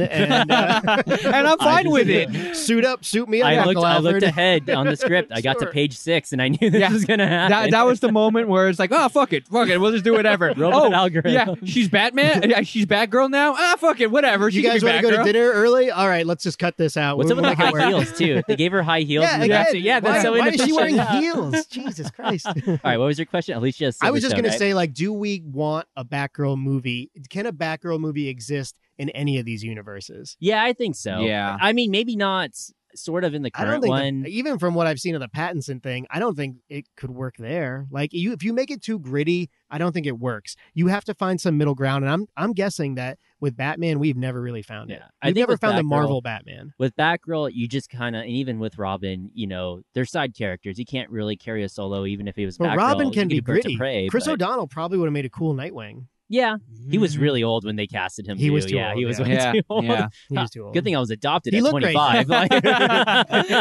Speaker 2: and uh,
Speaker 4: and I'm fine
Speaker 1: just-
Speaker 4: with it.
Speaker 2: suit up, suit me up,
Speaker 1: I looked,
Speaker 2: Uncle
Speaker 1: I
Speaker 2: Alfred.
Speaker 1: looked ahead on the script. I got to
Speaker 2: Sure.
Speaker 1: page six, and I knew this
Speaker 4: Yeah.
Speaker 1: was gonna happen.
Speaker 4: That, that was the moment where it's like, oh fuck it, fuck it, we'll just do whatever.
Speaker 1: Robot
Speaker 4: oh,
Speaker 1: algorithm.
Speaker 4: Yeah, she's Batman. Yeah, she's Batgirl now. Ah, fuck it, whatever. She
Speaker 2: you guys
Speaker 4: can
Speaker 2: want
Speaker 4: be
Speaker 2: to go to
Speaker 4: Batgirl.
Speaker 2: dinner early? All right, let's just cut this out.
Speaker 1: What's up
Speaker 2: We'll
Speaker 1: with the
Speaker 2: make it work.
Speaker 1: high heels too? They gave her high heels.
Speaker 2: Yeah,
Speaker 1: in the back
Speaker 2: again,
Speaker 1: suit. yeah, that's
Speaker 2: why,
Speaker 1: so
Speaker 2: why is she
Speaker 1: inefficient.
Speaker 2: wearing heels? Jesus Christ!
Speaker 1: All right, what was your question? Alicia.
Speaker 2: I was just
Speaker 1: Silverstone,
Speaker 2: gonna
Speaker 1: right?
Speaker 2: say, like, do we want a Batgirl movie? Can a Batgirl movie exist in any of these universes?
Speaker 1: Yeah, I think so.
Speaker 4: Yeah.
Speaker 1: I mean, maybe not s- sort of in the
Speaker 2: I
Speaker 1: current
Speaker 2: don't
Speaker 1: one.
Speaker 2: think, even from what I've seen of the Pattinson thing, I don't think it could work there. Like, you if you make it too gritty, I don't think it works. You have to find some middle ground, and I'm I'm guessing that with Batman, we've never really found it.
Speaker 1: Yeah. I
Speaker 2: We've
Speaker 1: think
Speaker 2: never
Speaker 1: with
Speaker 2: found the
Speaker 1: Batgirl-
Speaker 2: Marvel Batman.
Speaker 1: with Batgirl, you just kind of, and even with Robin, you know, they're side characters. You can't really carry a solo, even if he was
Speaker 2: But
Speaker 1: Batgirl.
Speaker 2: Robin
Speaker 1: You
Speaker 2: can
Speaker 1: could
Speaker 2: be
Speaker 1: do Birds of
Speaker 2: gritty.
Speaker 1: Prey,
Speaker 2: Chris
Speaker 1: but-
Speaker 2: O'Donnell probably would have made a cool Nightwing.
Speaker 1: Yeah, he was really old when they casted him.
Speaker 2: He was too
Speaker 1: yeah,
Speaker 2: old,
Speaker 1: he was
Speaker 2: yeah.
Speaker 1: way
Speaker 4: Yeah,
Speaker 1: too old.
Speaker 4: yeah.
Speaker 2: He was too old.
Speaker 1: Good thing I was adopted
Speaker 2: He
Speaker 1: at
Speaker 2: looked great.
Speaker 1: 25. Like-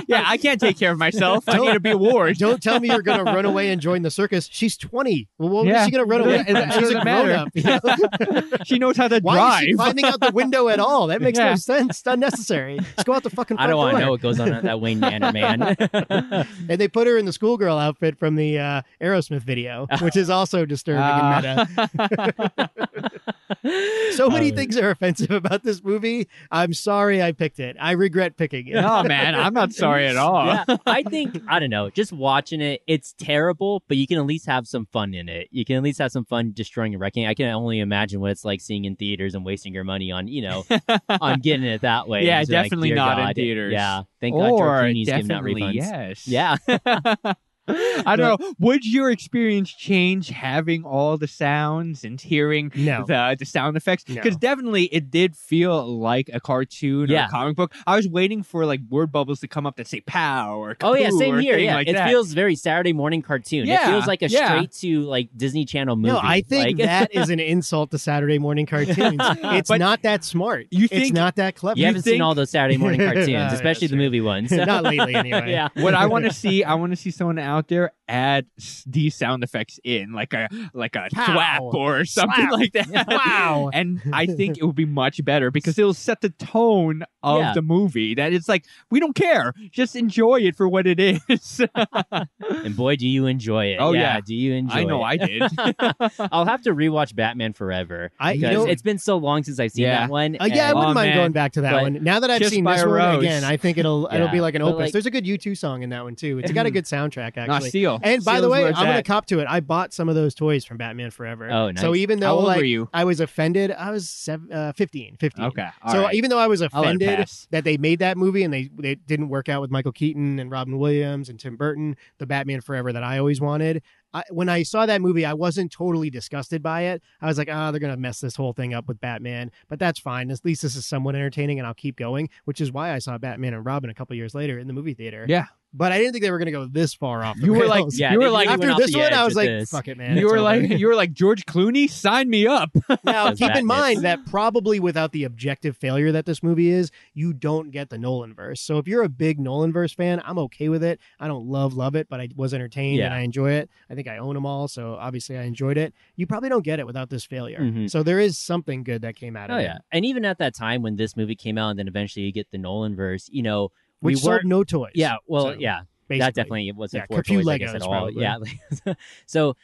Speaker 4: yeah, I can't take care of myself. I need to be a ward.
Speaker 2: Don't tell me you're going to run away and join the circus. She's 20. Well, what is
Speaker 4: Yeah.
Speaker 2: she going to run away?
Speaker 4: Doesn't-
Speaker 2: She's a grown
Speaker 4: doesn't matter.
Speaker 2: up. you know?
Speaker 4: she knows how to
Speaker 2: Why is she
Speaker 4: drive.
Speaker 2: climbing out the window at all? That makes
Speaker 4: Yeah.
Speaker 2: no sense. It's unnecessary. Let's go out the fucking.
Speaker 1: I don't
Speaker 2: want to
Speaker 1: know what goes on at that Wayne Manor, man.
Speaker 2: And they put her in the schoolgirl outfit from the uh, Aerosmith video, which is also disturbing
Speaker 4: Ah.
Speaker 2: and meta. So many
Speaker 1: Um,
Speaker 2: things are offensive about this movie. I'm sorry I picked it. I regret picking it.
Speaker 4: no, man, I'm not sorry at all.
Speaker 1: yeah, I think I don't know. Just watching it, it's terrible, but you can at least have some fun in it. You can at least have some fun destroying and wrecking. I can only imagine what it's like seeing in theaters and wasting your money on you know on getting it that way.
Speaker 4: Yeah,
Speaker 1: It's like,
Speaker 4: definitely
Speaker 1: dear
Speaker 4: not in
Speaker 1: God.
Speaker 4: theaters.
Speaker 1: Yeah, thank God
Speaker 4: or
Speaker 1: George Clooney's giving out
Speaker 4: definitely
Speaker 1: refunds.
Speaker 4: yes.
Speaker 1: Yeah,
Speaker 4: I don't know. Would your experience change having all the sounds and hearing
Speaker 2: No.
Speaker 4: the, the sound effects?
Speaker 2: No.
Speaker 4: Because definitely it did feel like a cartoon or
Speaker 1: Yeah.
Speaker 4: a comic book. I was waiting for like word bubbles to come up that say pow or
Speaker 1: Oh yeah,
Speaker 4: "kapoo"
Speaker 1: same
Speaker 4: or
Speaker 1: here.
Speaker 4: thing
Speaker 1: Yeah,
Speaker 4: like
Speaker 1: it
Speaker 4: that.
Speaker 1: feels very Saturday morning cartoon. it
Speaker 4: Yeah,
Speaker 1: feels like a
Speaker 4: yeah.
Speaker 1: straight to like Disney Channel movie.
Speaker 2: No, I think
Speaker 1: Like-
Speaker 2: that is an insult to Saturday morning cartoons. It's
Speaker 4: But
Speaker 2: not that smart.
Speaker 4: you
Speaker 2: it's
Speaker 4: think-
Speaker 2: not that clever.
Speaker 1: you haven't seen
Speaker 4: think-
Speaker 1: all those Saturday morning cartoons,
Speaker 2: Yeah,
Speaker 1: especially
Speaker 2: that's
Speaker 1: the
Speaker 2: right.
Speaker 1: movie ones.
Speaker 2: not lately anyway.
Speaker 1: yeah.
Speaker 4: what I want to see, I want to see someone out there add s- these sound effects in, like a like a
Speaker 2: Pow.
Speaker 4: thwap or something
Speaker 2: Slap.
Speaker 4: like that.
Speaker 2: Wow.
Speaker 4: And I think it would be much better because it'll set the tone of
Speaker 1: Yeah.
Speaker 4: the movie. That it's like we don't care, just enjoy it for what it is.
Speaker 1: And boy, do you enjoy it.
Speaker 4: Oh, yeah.
Speaker 1: Do you enjoy
Speaker 4: I know
Speaker 1: it?
Speaker 4: I did.
Speaker 1: I'll have to rewatch Batman Forever.
Speaker 2: I- you
Speaker 1: because
Speaker 2: know-
Speaker 1: it's been so long since I've seen
Speaker 4: Yeah.
Speaker 1: that one.
Speaker 2: Uh, yeah, I
Speaker 1: and-
Speaker 2: wouldn't
Speaker 4: Oh,
Speaker 2: mind
Speaker 4: man.
Speaker 2: going back to that
Speaker 1: But
Speaker 2: one. Now that I've
Speaker 4: Kissed
Speaker 2: seen
Speaker 4: by
Speaker 2: this
Speaker 4: a
Speaker 2: one
Speaker 4: Rose.
Speaker 2: again, I think it'll it'll be
Speaker 1: Yeah,
Speaker 2: like an
Speaker 1: but
Speaker 2: opus.
Speaker 1: like-
Speaker 2: There's a good U2 song in that one too. It's got a good soundtrack
Speaker 4: Nah,
Speaker 2: actually.
Speaker 4: Seal.
Speaker 2: And by
Speaker 4: Seal's
Speaker 2: the way,
Speaker 4: where
Speaker 2: I'm
Speaker 4: it's
Speaker 2: gonna
Speaker 4: at.
Speaker 2: cop to it. I bought some of those toys from Batman Forever.
Speaker 1: Oh, nice.
Speaker 2: So even though
Speaker 4: How old
Speaker 2: like
Speaker 4: were you?
Speaker 2: I was offended, I was seven, uh, 15, 15.
Speaker 4: Okay. all
Speaker 2: so
Speaker 4: right.
Speaker 2: even though I was
Speaker 4: I'll let it
Speaker 2: offended
Speaker 4: pass.
Speaker 2: that they made that movie and they they didn't work out with Michael Keaton and Robin Williams and Tim Burton, the Batman Forever that I always wanted. I, when I saw that movie, I wasn't totally disgusted by it. I was like, "Ah, they're gonna mess this whole thing up with Batman," but that's fine. At least this is somewhat entertaining, and I'll keep going. Which is why I saw Batman and Robin a couple years later in the movie theater.
Speaker 4: Yeah.
Speaker 2: but I didn't think they were gonna go this far off. the
Speaker 4: You were like-
Speaker 2: rails.
Speaker 1: yeah,
Speaker 4: You
Speaker 1: they
Speaker 4: were like,
Speaker 1: really went
Speaker 2: after
Speaker 1: off
Speaker 2: this
Speaker 1: the
Speaker 2: one,
Speaker 1: edge
Speaker 2: I was
Speaker 1: with
Speaker 2: like,
Speaker 1: this.
Speaker 2: "Fuck it, man."
Speaker 4: you
Speaker 2: it's
Speaker 4: were
Speaker 2: over."
Speaker 4: like you were like George Clooney, sign me up.
Speaker 2: Now,
Speaker 1: Because
Speaker 2: keep
Speaker 1: that
Speaker 2: in mind
Speaker 1: is-
Speaker 2: that probably without the objective failure that this movie is, you don't get the Nolan verse. So if you're a big Nolan verse fan, I'm okay with it. I don't love love it, but I was entertained and
Speaker 1: Yeah.
Speaker 2: I enjoy it. I think I own them all, so obviously I enjoyed it. You probably don't get it without this failure.
Speaker 1: Mhm.
Speaker 2: So there is something good that came out of
Speaker 1: Oh
Speaker 2: it.
Speaker 1: yeah. And even at that time when this movie came out and then eventually you get the Nolan verse, you know, we
Speaker 2: Which
Speaker 1: were
Speaker 2: sold no toys.
Speaker 1: Yeah, well,
Speaker 2: So,
Speaker 1: yeah.
Speaker 2: basically.
Speaker 1: That definitely it wasn't
Speaker 2: Yeah,
Speaker 1: for
Speaker 2: a few
Speaker 1: toys, I guess,
Speaker 2: Legos,
Speaker 1: at all.
Speaker 2: probably.
Speaker 1: Yeah. so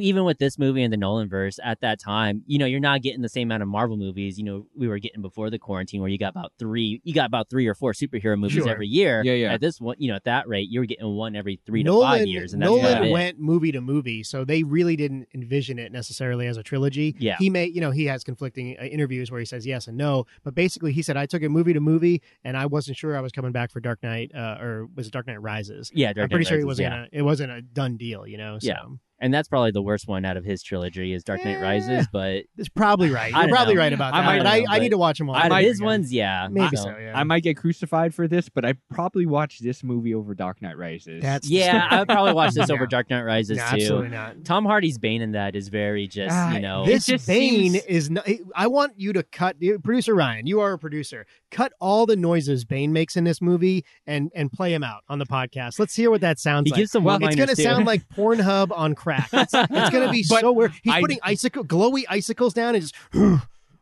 Speaker 1: even with this movie and the Nolan verse at that time, you know, you're not getting the same amount of Marvel movies, you know, we were getting before the quarantine where you got about three, you got about three or four superhero movies
Speaker 2: Sure.
Speaker 1: every year.
Speaker 4: Yeah, yeah.
Speaker 1: At this one, you know, at that rate, you were getting one every three to
Speaker 2: Nolan,
Speaker 1: five years. And that's
Speaker 2: Nolan
Speaker 1: about it.
Speaker 2: went movie to movie, so they really didn't envision it necessarily as a trilogy.
Speaker 1: Yeah.
Speaker 2: he may, you know, he has conflicting uh, interviews where he says yes and no, but basically he said I took it movie to movie, and I wasn't sure I was coming back for Dark Knight uh, or was it Dark Knight Rises?
Speaker 1: Yeah, Dark
Speaker 2: I'm pretty
Speaker 1: Knight
Speaker 2: sure it
Speaker 1: Rises,
Speaker 2: wasn't.
Speaker 1: yeah.
Speaker 2: Gonna, it wasn't a done deal, you know. So.
Speaker 1: Yeah. and that's probably the worst one out of his trilogy is Dark Knight
Speaker 2: Eh.
Speaker 1: Rises, but
Speaker 2: It's probably right.
Speaker 1: I
Speaker 2: You're
Speaker 1: don't
Speaker 2: probably
Speaker 1: know.
Speaker 2: right about
Speaker 4: I
Speaker 2: that.
Speaker 4: might
Speaker 2: but I,
Speaker 1: know,
Speaker 2: I
Speaker 1: but
Speaker 2: need to watch them all.
Speaker 1: out of
Speaker 2: over
Speaker 1: his
Speaker 2: again.
Speaker 1: ones, yeah, I
Speaker 2: maybe
Speaker 1: don't-
Speaker 2: so. Yeah.
Speaker 4: I might get crucified for this, but I probably watch this movie over Dark Knight Rises.
Speaker 2: That's
Speaker 1: Yeah, I would probably watch this over
Speaker 2: No.
Speaker 1: Dark Knight Rises
Speaker 2: no,
Speaker 1: too.
Speaker 2: absolutely not.
Speaker 1: Tom Hardy's Bane in that is very just,
Speaker 4: Ah,
Speaker 1: you know,
Speaker 2: This
Speaker 4: It just
Speaker 2: Bane
Speaker 4: seems-
Speaker 2: is. Not, I want you to cut, producer Ryan. You are a producer. Cut all the noises Bane makes in this movie and and play him out on the podcast. Let's hear what that sounds
Speaker 1: he
Speaker 2: like.
Speaker 1: gives some
Speaker 2: it's
Speaker 1: one-liners,
Speaker 2: gonna
Speaker 1: too.
Speaker 2: sound like Pornhub on crack. It's, it's gonna be
Speaker 4: But
Speaker 2: so weird. He's
Speaker 4: I-
Speaker 2: putting icicle, glowy icicles down and just.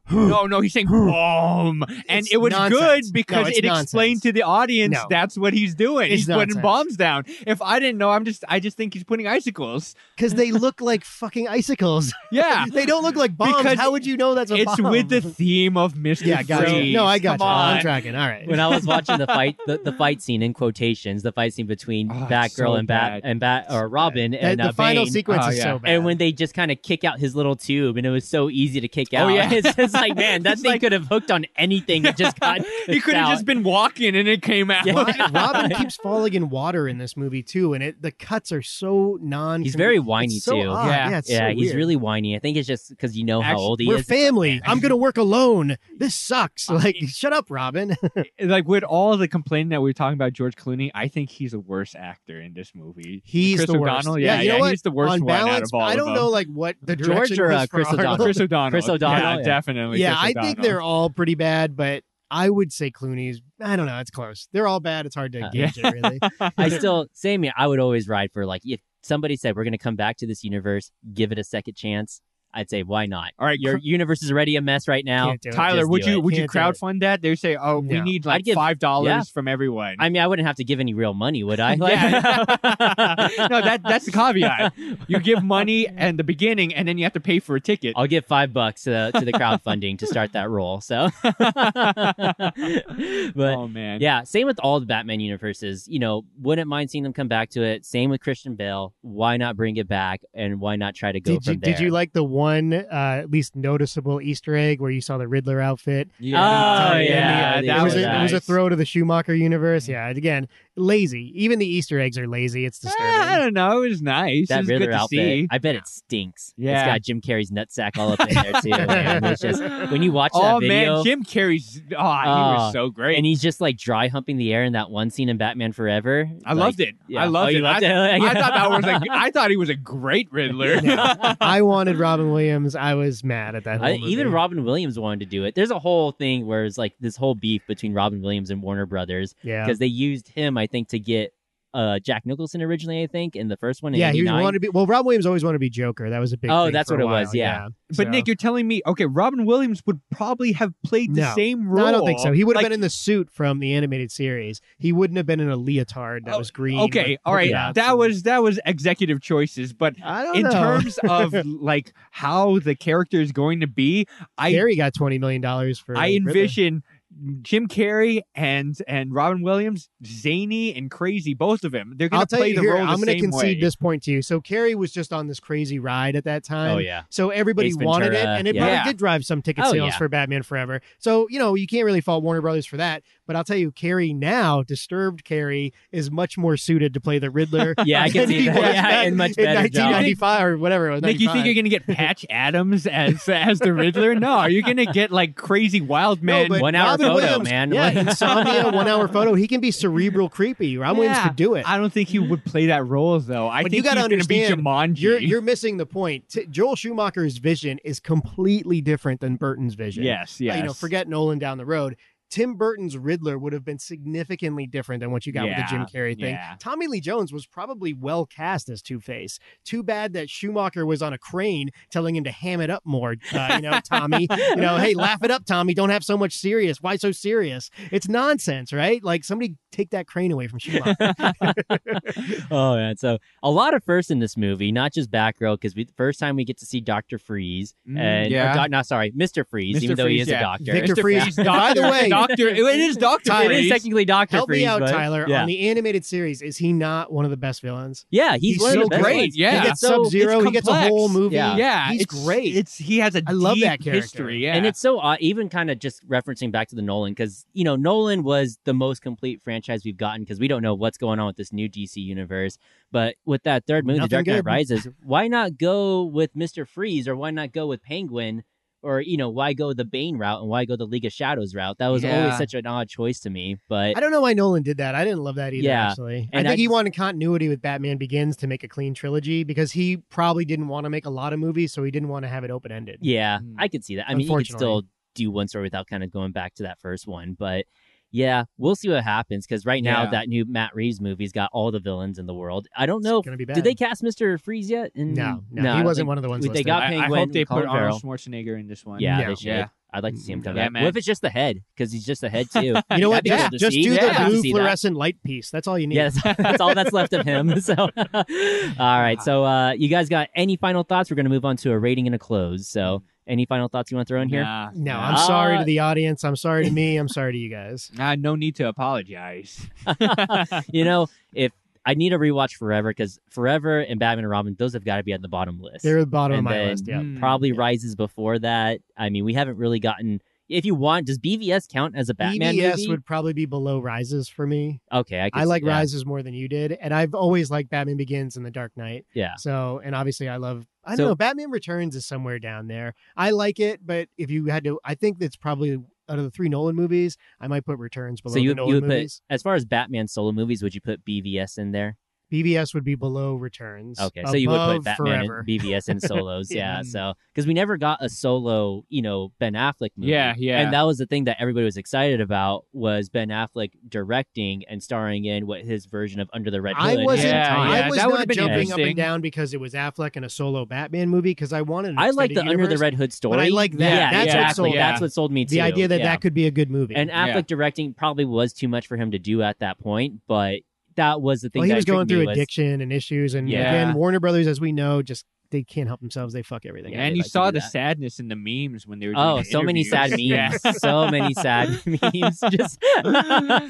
Speaker 4: no, no, he's saying bomb, and
Speaker 2: It's
Speaker 4: it was
Speaker 2: nonsense.
Speaker 4: good because
Speaker 2: No, it's
Speaker 4: it explained
Speaker 2: nonsense.
Speaker 4: to the audience
Speaker 2: No.
Speaker 4: that's what he's doing.
Speaker 2: It's
Speaker 4: he's
Speaker 2: nonsense.
Speaker 4: putting bombs down. If I didn't know, I'm just I just think he's putting icicles.
Speaker 2: because they look like fucking icicles.
Speaker 4: Yeah,
Speaker 2: they don't look like bombs.
Speaker 4: Because
Speaker 2: How would you know that's a
Speaker 4: it's
Speaker 2: bomb?
Speaker 4: with the theme of Mister
Speaker 2: yeah, gotcha.
Speaker 4: Freeze.
Speaker 2: No, I got
Speaker 4: Come
Speaker 2: you. I'm
Speaker 4: on.
Speaker 2: tracking. All right.
Speaker 1: when I was watching the fight, the, the fight scene in quotations, the fight scene between
Speaker 4: Oh, it's
Speaker 1: Batgirl
Speaker 4: so
Speaker 1: and Bat
Speaker 4: bad.
Speaker 1: and Bat or Robin
Speaker 2: That-
Speaker 1: and
Speaker 2: the
Speaker 1: uh,
Speaker 2: final
Speaker 1: Bane,
Speaker 2: sequence
Speaker 4: Oh,
Speaker 2: is so
Speaker 4: yeah.
Speaker 2: bad.
Speaker 1: and when they just kind of kick out his little tube, and it was so easy to kick
Speaker 4: Oh,
Speaker 1: out.
Speaker 4: yeah.
Speaker 1: it's just like man, that
Speaker 4: It's
Speaker 1: thing
Speaker 4: like-
Speaker 1: could have hooked on anything. It just got
Speaker 4: He could have just been walking and it came out.
Speaker 1: Yeah.
Speaker 2: Robin, Robin keeps falling in water in this movie too, and it the cuts are so non.
Speaker 1: He's very whiny
Speaker 2: it's so
Speaker 1: too.
Speaker 2: odd.
Speaker 4: Yeah.
Speaker 2: yeah, it's
Speaker 1: yeah,
Speaker 2: so
Speaker 1: he's
Speaker 2: weird.
Speaker 1: really whiny. I think it's just because you know how
Speaker 4: Actually,
Speaker 1: old he
Speaker 2: We're
Speaker 1: is.
Speaker 2: family. I'm gonna work alone. This sucks. Like, shut up, Robin.
Speaker 4: like with all the complaining that we were talking about George Clooney, I think he's the worst actor in this movie.
Speaker 2: He's
Speaker 4: Chris
Speaker 2: the worst.
Speaker 4: O'Donnell, yeah,
Speaker 2: you know
Speaker 4: yeah,
Speaker 2: what?
Speaker 4: he's the worst
Speaker 2: On
Speaker 4: one out
Speaker 2: balance,
Speaker 4: of all
Speaker 2: I
Speaker 4: of
Speaker 2: don't
Speaker 4: them.
Speaker 2: know like what the
Speaker 1: George
Speaker 2: direction
Speaker 1: or,
Speaker 2: was
Speaker 1: uh, Chris
Speaker 2: for Arnold.
Speaker 1: O'Donnell?
Speaker 4: Chris O'Donnell.
Speaker 1: Chris O'Donnell,
Speaker 4: Yeah,
Speaker 1: yeah.
Speaker 4: definitely.
Speaker 2: Yeah,
Speaker 4: Chris
Speaker 2: I think
Speaker 4: O'Donnell.
Speaker 2: they're all pretty bad, but I would say Clooney's. I don't know. It's close. They're all bad. It's hard to
Speaker 1: Uh,
Speaker 2: gauge it really.
Speaker 1: I still same. here, I would always ride for like if somebody said we're gonna come back to this universe, give it a second chance. I'd say why not?
Speaker 4: all right.
Speaker 1: Your universe is already a mess right now.
Speaker 2: Can't do it.
Speaker 4: Tyler,
Speaker 1: Just
Speaker 4: would
Speaker 1: do
Speaker 4: you
Speaker 1: it.
Speaker 4: would you
Speaker 2: Can't do it.
Speaker 4: crowdfund that? They say, oh, we
Speaker 2: No.
Speaker 4: need
Speaker 1: I'd
Speaker 4: like
Speaker 1: give-
Speaker 4: five dollars
Speaker 1: yeah.
Speaker 4: from everyone.
Speaker 1: I mean, I wouldn't have to give any real money, would I?
Speaker 4: Yeah. no, that that's the caveat.
Speaker 1: I'll
Speaker 4: You give money and the beginning, and then you have to pay for a ticket.
Speaker 1: give five bucks uh, to the crowdfunding to start that roll. So, but
Speaker 4: oh man,
Speaker 1: yeah, same with all the Batman universes. You know, wouldn't mind seeing them come back to it. Same with Christian Bale. Why not bring it back and why not try to go
Speaker 2: Did
Speaker 1: from
Speaker 2: you
Speaker 1: there?
Speaker 2: did you like the one uh, at least noticeable Easter egg where you saw the Riddler outfit?
Speaker 1: Yeah. Oh,
Speaker 2: Sorry,
Speaker 1: yeah,
Speaker 2: Andy.
Speaker 1: that
Speaker 2: it was,
Speaker 1: was
Speaker 2: a, it was a
Speaker 4: uh, nice.
Speaker 2: throw to the Schumacher universe. Yeah, again, lazy. Even the Easter eggs are lazy. It's disturbing.
Speaker 4: Mm. Ah, I don't know. It was nice. it
Speaker 1: that
Speaker 4: was
Speaker 1: Riddler
Speaker 4: good to
Speaker 1: outfit.
Speaker 4: see.
Speaker 1: I bet it stinks. It's
Speaker 4: Yeah.
Speaker 1: got Jim Carrey's nutsack all up in there too. man. It's just when you watch that
Speaker 4: oh
Speaker 1: video,
Speaker 4: man, Jim Carrey's. Oh, he
Speaker 1: Oh,
Speaker 4: was so great.
Speaker 1: and he's just like dry humping the air in that one scene in Batman Forever.
Speaker 4: I loved it.
Speaker 1: Oh,
Speaker 4: I loved it. I, I thought that was a, I thought he was a great Riddler.
Speaker 2: I wanted Robin Williams. I was mad at that. Whole
Speaker 1: I,
Speaker 2: movie.
Speaker 1: even Robin Williams wanted to do it. There's a whole thing where it's like this whole beef between Robin Williams and Warner Brothers
Speaker 2: Yeah.
Speaker 1: because they used him, I think, to get uh, Jack Nicholson originally. I think in the first one. in
Speaker 2: Yeah, he
Speaker 1: 89.
Speaker 2: wanted to be. Well, Rob Williams always wanted to be Joker. That was a big.
Speaker 1: Oh,
Speaker 2: thing
Speaker 1: that's
Speaker 2: for a
Speaker 1: what it
Speaker 2: while,
Speaker 1: was, yeah.
Speaker 4: But
Speaker 2: So-
Speaker 4: Nick, you're telling me, okay, Robin Williams would probably have played the
Speaker 2: No.
Speaker 4: same
Speaker 2: No,
Speaker 4: role.
Speaker 2: I don't think so. He would have
Speaker 4: Like,
Speaker 2: been in the suit from the animated series. He wouldn't have been in a leotard that
Speaker 4: Oh,
Speaker 2: was green.
Speaker 4: Okay,
Speaker 2: with
Speaker 4: all right.
Speaker 2: polka dots
Speaker 4: That
Speaker 2: and-
Speaker 4: was that was executive choices, but
Speaker 2: I don't
Speaker 4: in
Speaker 2: know.
Speaker 4: terms of like how the character is going to be, I
Speaker 2: Carrie got twenty million dollars for.
Speaker 4: I
Speaker 2: Riddler.
Speaker 4: envision Jim Carrey and and Robin Williams, zany and crazy, both of them. They're
Speaker 2: I'll
Speaker 4: going to
Speaker 2: tell
Speaker 4: play
Speaker 2: you
Speaker 4: the
Speaker 2: here,
Speaker 4: role
Speaker 2: I'm
Speaker 4: the
Speaker 2: gonna
Speaker 4: same
Speaker 2: concede
Speaker 4: way.
Speaker 2: this point to you. So Carrie was just on this crazy ride at that time.
Speaker 1: Oh yeah.
Speaker 2: So everybody
Speaker 1: Ace
Speaker 2: wanted it,
Speaker 1: Ventura,
Speaker 2: and it
Speaker 1: yeah.
Speaker 2: probably
Speaker 4: Yeah.
Speaker 2: did drive some ticket
Speaker 1: Oh,
Speaker 2: sales
Speaker 1: yeah.
Speaker 2: for Batman Forever. So you know you can't really fault Warner Brothers for that. But I'll tell you, Carrie now, disturbed Carrie, is much more suited to play the Riddler.
Speaker 1: Yeah, I can
Speaker 2: than
Speaker 1: see
Speaker 2: he
Speaker 1: that.
Speaker 2: was
Speaker 1: Yeah,
Speaker 2: back
Speaker 1: and much
Speaker 2: in
Speaker 1: better job.
Speaker 2: 1995 or whatever. It was
Speaker 4: Nick, you think
Speaker 2: 95.
Speaker 4: you're gonna get Patch Adams as as the Riddler? No, you're gonna get like crazy wild man.
Speaker 2: but
Speaker 1: one hour
Speaker 2: Robin
Speaker 1: photo,
Speaker 2: Williams,
Speaker 1: man.
Speaker 2: Yeah, insomnia, one hour photo. He can be cerebral creepy. Robin Williams
Speaker 4: Yeah.
Speaker 2: could do it.
Speaker 4: I don't think he would play that role though. I
Speaker 2: But you
Speaker 4: think
Speaker 2: gotta
Speaker 4: he's gonna be
Speaker 2: understand,
Speaker 4: Jumanji.
Speaker 2: You're you're missing the point. T- Joel Schumacher's vision is completely different than Burton's vision.
Speaker 4: yes, yes.
Speaker 2: You know, forget Nolan down the road. Tim Burton's Riddler would have been significantly different than what you got with the Jim
Speaker 4: Yeah,
Speaker 2: Carrey thing.
Speaker 4: yeah.
Speaker 2: Tommy Lee Jones was probably well cast as Two Face. Too bad that Schumacher was on a crane telling him to ham it up more. Uh, you know, Tommy, you know, hey, laugh it up, Tommy. Don't have so much serious. Why so serious? It's nonsense, right? Like somebody take that crane away from Schumacher.
Speaker 1: oh man, so a lot of firsts in this movie, not just Batgirl, because we first time we get to see Doctor Freeze
Speaker 4: Mm,
Speaker 1: and or
Speaker 4: yeah.
Speaker 1: Doc- not sorry, Mister Freeze,
Speaker 4: Mr.
Speaker 1: even though he
Speaker 4: Freeze,
Speaker 1: is
Speaker 4: yeah.
Speaker 1: a doctor.
Speaker 2: Victor
Speaker 4: Mr.
Speaker 2: Freeze.
Speaker 4: Freeze,
Speaker 2: By the
Speaker 4: Doctor-
Speaker 2: way,
Speaker 4: Doctor, it is Doctor
Speaker 1: It is
Speaker 4: Freeze.
Speaker 1: technically Doctor
Speaker 2: help
Speaker 1: Freeze.
Speaker 2: me out,
Speaker 1: but-
Speaker 2: Tyler.
Speaker 1: Yeah,
Speaker 2: On the animated series, is he not one of the best villains?
Speaker 1: yeah, he's,
Speaker 2: he's
Speaker 1: one of
Speaker 2: so
Speaker 1: the best
Speaker 2: great.
Speaker 1: ones.
Speaker 4: Yeah.
Speaker 2: he gets
Speaker 1: So
Speaker 2: Sub Zero.
Speaker 4: it's
Speaker 2: He gets a whole
Speaker 4: complex.
Speaker 2: movie.
Speaker 1: Yeah.
Speaker 4: yeah,
Speaker 2: he's
Speaker 4: it's-
Speaker 2: great.
Speaker 4: It's he has a
Speaker 2: I love
Speaker 4: deep
Speaker 2: that character.
Speaker 4: history. Yeah,
Speaker 1: And it's so odd, even kind of just referencing back to the Nolan, because, you know, Nolan was the most complete franchise we've gotten because we don't know what's going on with this new DC universe. But with that third movie, The
Speaker 2: Nothing
Speaker 1: Dark Knight
Speaker 2: good.
Speaker 1: Rises, why not go with Mr. Freeze or why not go with Penguin or, you know, why go the Bane route and why go the League of Shadows route? That was always
Speaker 4: Yeah.
Speaker 1: such an odd choice to me. But
Speaker 2: I don't know why Nolan did that. I didn't love that either.
Speaker 1: Yeah.
Speaker 2: Actually, I
Speaker 1: And
Speaker 2: think
Speaker 1: I
Speaker 2: he
Speaker 1: just-
Speaker 2: wanted continuity with Batman Begins to make a clean trilogy because he probably didn't want to make a lot of movies, so he didn't want to have it open ended.
Speaker 1: Yeah,
Speaker 4: Mm.
Speaker 1: I could see that. I mean, you could
Speaker 2: Hmm. Unfortunately.
Speaker 1: still do one story without kind of going back to that first one, but yeah, we'll see what happens because right now
Speaker 4: Yeah.
Speaker 1: that new Matt Reeves movie's got all the villains in the world. I don't know.
Speaker 2: It's gonna be bad.
Speaker 1: Did they cast Mister Freeze yet? And,
Speaker 2: No, no,
Speaker 1: I
Speaker 2: he
Speaker 1: don't
Speaker 2: wasn't
Speaker 1: think-
Speaker 2: one of the ones.
Speaker 1: they
Speaker 2: listed.
Speaker 1: got-
Speaker 4: I, I
Speaker 1: Penguin
Speaker 4: hope they
Speaker 1: Colin
Speaker 4: put Arnold
Speaker 1: Farrell.
Speaker 4: Schwarzenegger in this one.
Speaker 1: Yeah,
Speaker 2: Yeah.
Speaker 1: they should.
Speaker 4: Yeah.
Speaker 1: I'd like to see him come
Speaker 4: Yeah,
Speaker 1: back.
Speaker 4: man.
Speaker 1: What if it's just the head? Because he's just the head too.
Speaker 2: Mm, You know what?
Speaker 1: That'd be cool to
Speaker 2: Just, just
Speaker 1: see.
Speaker 2: do
Speaker 1: Yeah, I'd like
Speaker 2: the
Speaker 1: to
Speaker 2: blue
Speaker 1: see that.
Speaker 2: fluorescent light piece. That's all you need.
Speaker 1: Yeah, that's, that's all that's left of him. So, all right. So, uh, you guys got any final thoughts? We're going to move on to a rating and a close. So,
Speaker 2: Hmm.
Speaker 1: any final thoughts you want to throw in here?
Speaker 4: Nah,
Speaker 2: No,
Speaker 4: nah.
Speaker 2: I'm sorry
Speaker 1: Uh,
Speaker 2: to the audience. I'm sorry to me. I'm sorry to you guys.
Speaker 4: Nah, no need to apologize.
Speaker 1: you know, if I need a rewatch forever because Forever and Batman and Robin, those have got to be at the bottom list.
Speaker 2: They're at the bottom
Speaker 1: And
Speaker 2: of my
Speaker 1: then-
Speaker 2: list. Yeah.
Speaker 4: Mm.
Speaker 1: Probably Rises before that. I mean, we haven't really gotten. If you want, does BVS count as a Batman
Speaker 2: BBS
Speaker 1: movie?
Speaker 2: E would probably be below Rises for me.
Speaker 1: okay, I, could
Speaker 2: I
Speaker 1: see
Speaker 2: like
Speaker 1: that.
Speaker 2: Rises more than you did, and I've always liked Batman Begins and The Dark Knight.
Speaker 1: Yeah.
Speaker 2: So, and obviously, I love. I don't
Speaker 1: So-
Speaker 2: know. Batman Returns is somewhere down there. I like it, but if you had to, I think that's probably out of the three Nolan movies, I might put Returns below
Speaker 1: So you,
Speaker 2: the
Speaker 1: you
Speaker 2: Nolan
Speaker 1: would put
Speaker 2: movies.
Speaker 1: as far as Batman solo movies, would you put BVS in there?
Speaker 2: BBS would be below Returns.
Speaker 1: Okay, so you would put
Speaker 2: Above
Speaker 1: Batman
Speaker 2: Forever.
Speaker 1: and BVS in solos, yeah.
Speaker 4: Yeah.
Speaker 1: So because we never got a solo, you know, Ben Affleck movie.
Speaker 4: Yeah, yeah.
Speaker 1: And that was the thing that everybody was excited about was Ben Affleck directing and starring in what his version of Under the Red
Speaker 2: I
Speaker 1: Hood.
Speaker 2: wasn't.
Speaker 4: Yeah,
Speaker 2: I
Speaker 4: yeah,
Speaker 2: was
Speaker 4: that would've
Speaker 2: not
Speaker 4: been
Speaker 2: jumping up and
Speaker 4: interesting.
Speaker 2: down because it was Affleck and a solo Batman movie because I wanted. An
Speaker 1: I like the
Speaker 2: extended
Speaker 1: Under
Speaker 2: universe.
Speaker 1: the Red Hood story.
Speaker 2: I like that.
Speaker 1: Yeah,
Speaker 2: That's what
Speaker 1: exactly.
Speaker 2: sold me.
Speaker 1: That's what sold me too.
Speaker 2: The idea that
Speaker 1: yeah.
Speaker 2: that could be a good movie.
Speaker 1: and Affleck
Speaker 4: Yeah.
Speaker 1: directing probably was too much for him to do at that point, but that was the thing.
Speaker 2: well, he
Speaker 1: that
Speaker 2: was going
Speaker 1: intrigued me
Speaker 2: through addiction and issues, and
Speaker 4: Yeah.
Speaker 2: again, Warner Brothers, as we know, just they can't help themselves; they fuck everything.
Speaker 1: Yeah,
Speaker 2: up.
Speaker 4: and
Speaker 1: they
Speaker 4: you
Speaker 1: like to
Speaker 4: saw
Speaker 1: do
Speaker 4: the
Speaker 1: that.
Speaker 4: sadness in the memes when they were.
Speaker 1: Oh,
Speaker 4: doing the
Speaker 1: so many sad memes.
Speaker 4: interviews. Yeah.
Speaker 1: So many sad memes. Just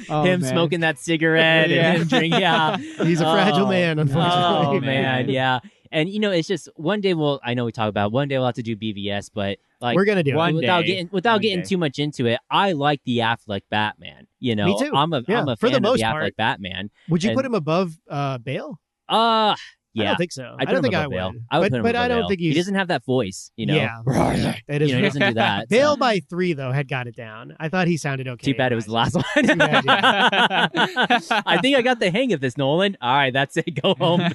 Speaker 4: Oh,
Speaker 1: him
Speaker 4: man.
Speaker 1: smoking that cigarette
Speaker 4: Yeah.
Speaker 1: and him drinking. Yeah.
Speaker 2: He's a fragile
Speaker 1: Oh.
Speaker 2: man, unfortunately.
Speaker 1: Oh man, yeah. And you know, it's just one day we'll. I know we talk about it, one day we'll have to do BVS, but like
Speaker 2: We're gonna do
Speaker 4: One
Speaker 2: it.
Speaker 1: without
Speaker 4: day.
Speaker 1: getting without
Speaker 4: One
Speaker 1: getting
Speaker 4: day.
Speaker 1: too much into it, I like the Affleck Batman. You know,
Speaker 2: too.
Speaker 1: I'm a
Speaker 2: Yeah,
Speaker 1: am a
Speaker 2: for
Speaker 1: fan
Speaker 2: the most
Speaker 1: of the
Speaker 2: part.
Speaker 1: Affleck Batman.
Speaker 2: Would you put
Speaker 1: and-
Speaker 2: him above uh, Bale?
Speaker 1: Uh
Speaker 2: I
Speaker 1: yeah.
Speaker 2: don't think so.
Speaker 1: I'd put
Speaker 2: don't
Speaker 1: him
Speaker 2: think I
Speaker 1: above
Speaker 2: would.
Speaker 1: Bale. I would
Speaker 2: but
Speaker 1: put him
Speaker 2: but
Speaker 1: above
Speaker 2: I don't
Speaker 1: Bale.
Speaker 2: think he's.
Speaker 1: he doesn't have that voice. You know,
Speaker 2: Yeah, that is
Speaker 1: you know, he
Speaker 2: right.
Speaker 1: doesn't do that. so.
Speaker 2: Bale by three though had got it down. I thought he sounded okay.
Speaker 1: Too bad it was the
Speaker 2: last.
Speaker 1: last one.
Speaker 2: bad,
Speaker 4: yeah.
Speaker 1: I think I got the hang of this, Nolan. All right, that's it. Go home.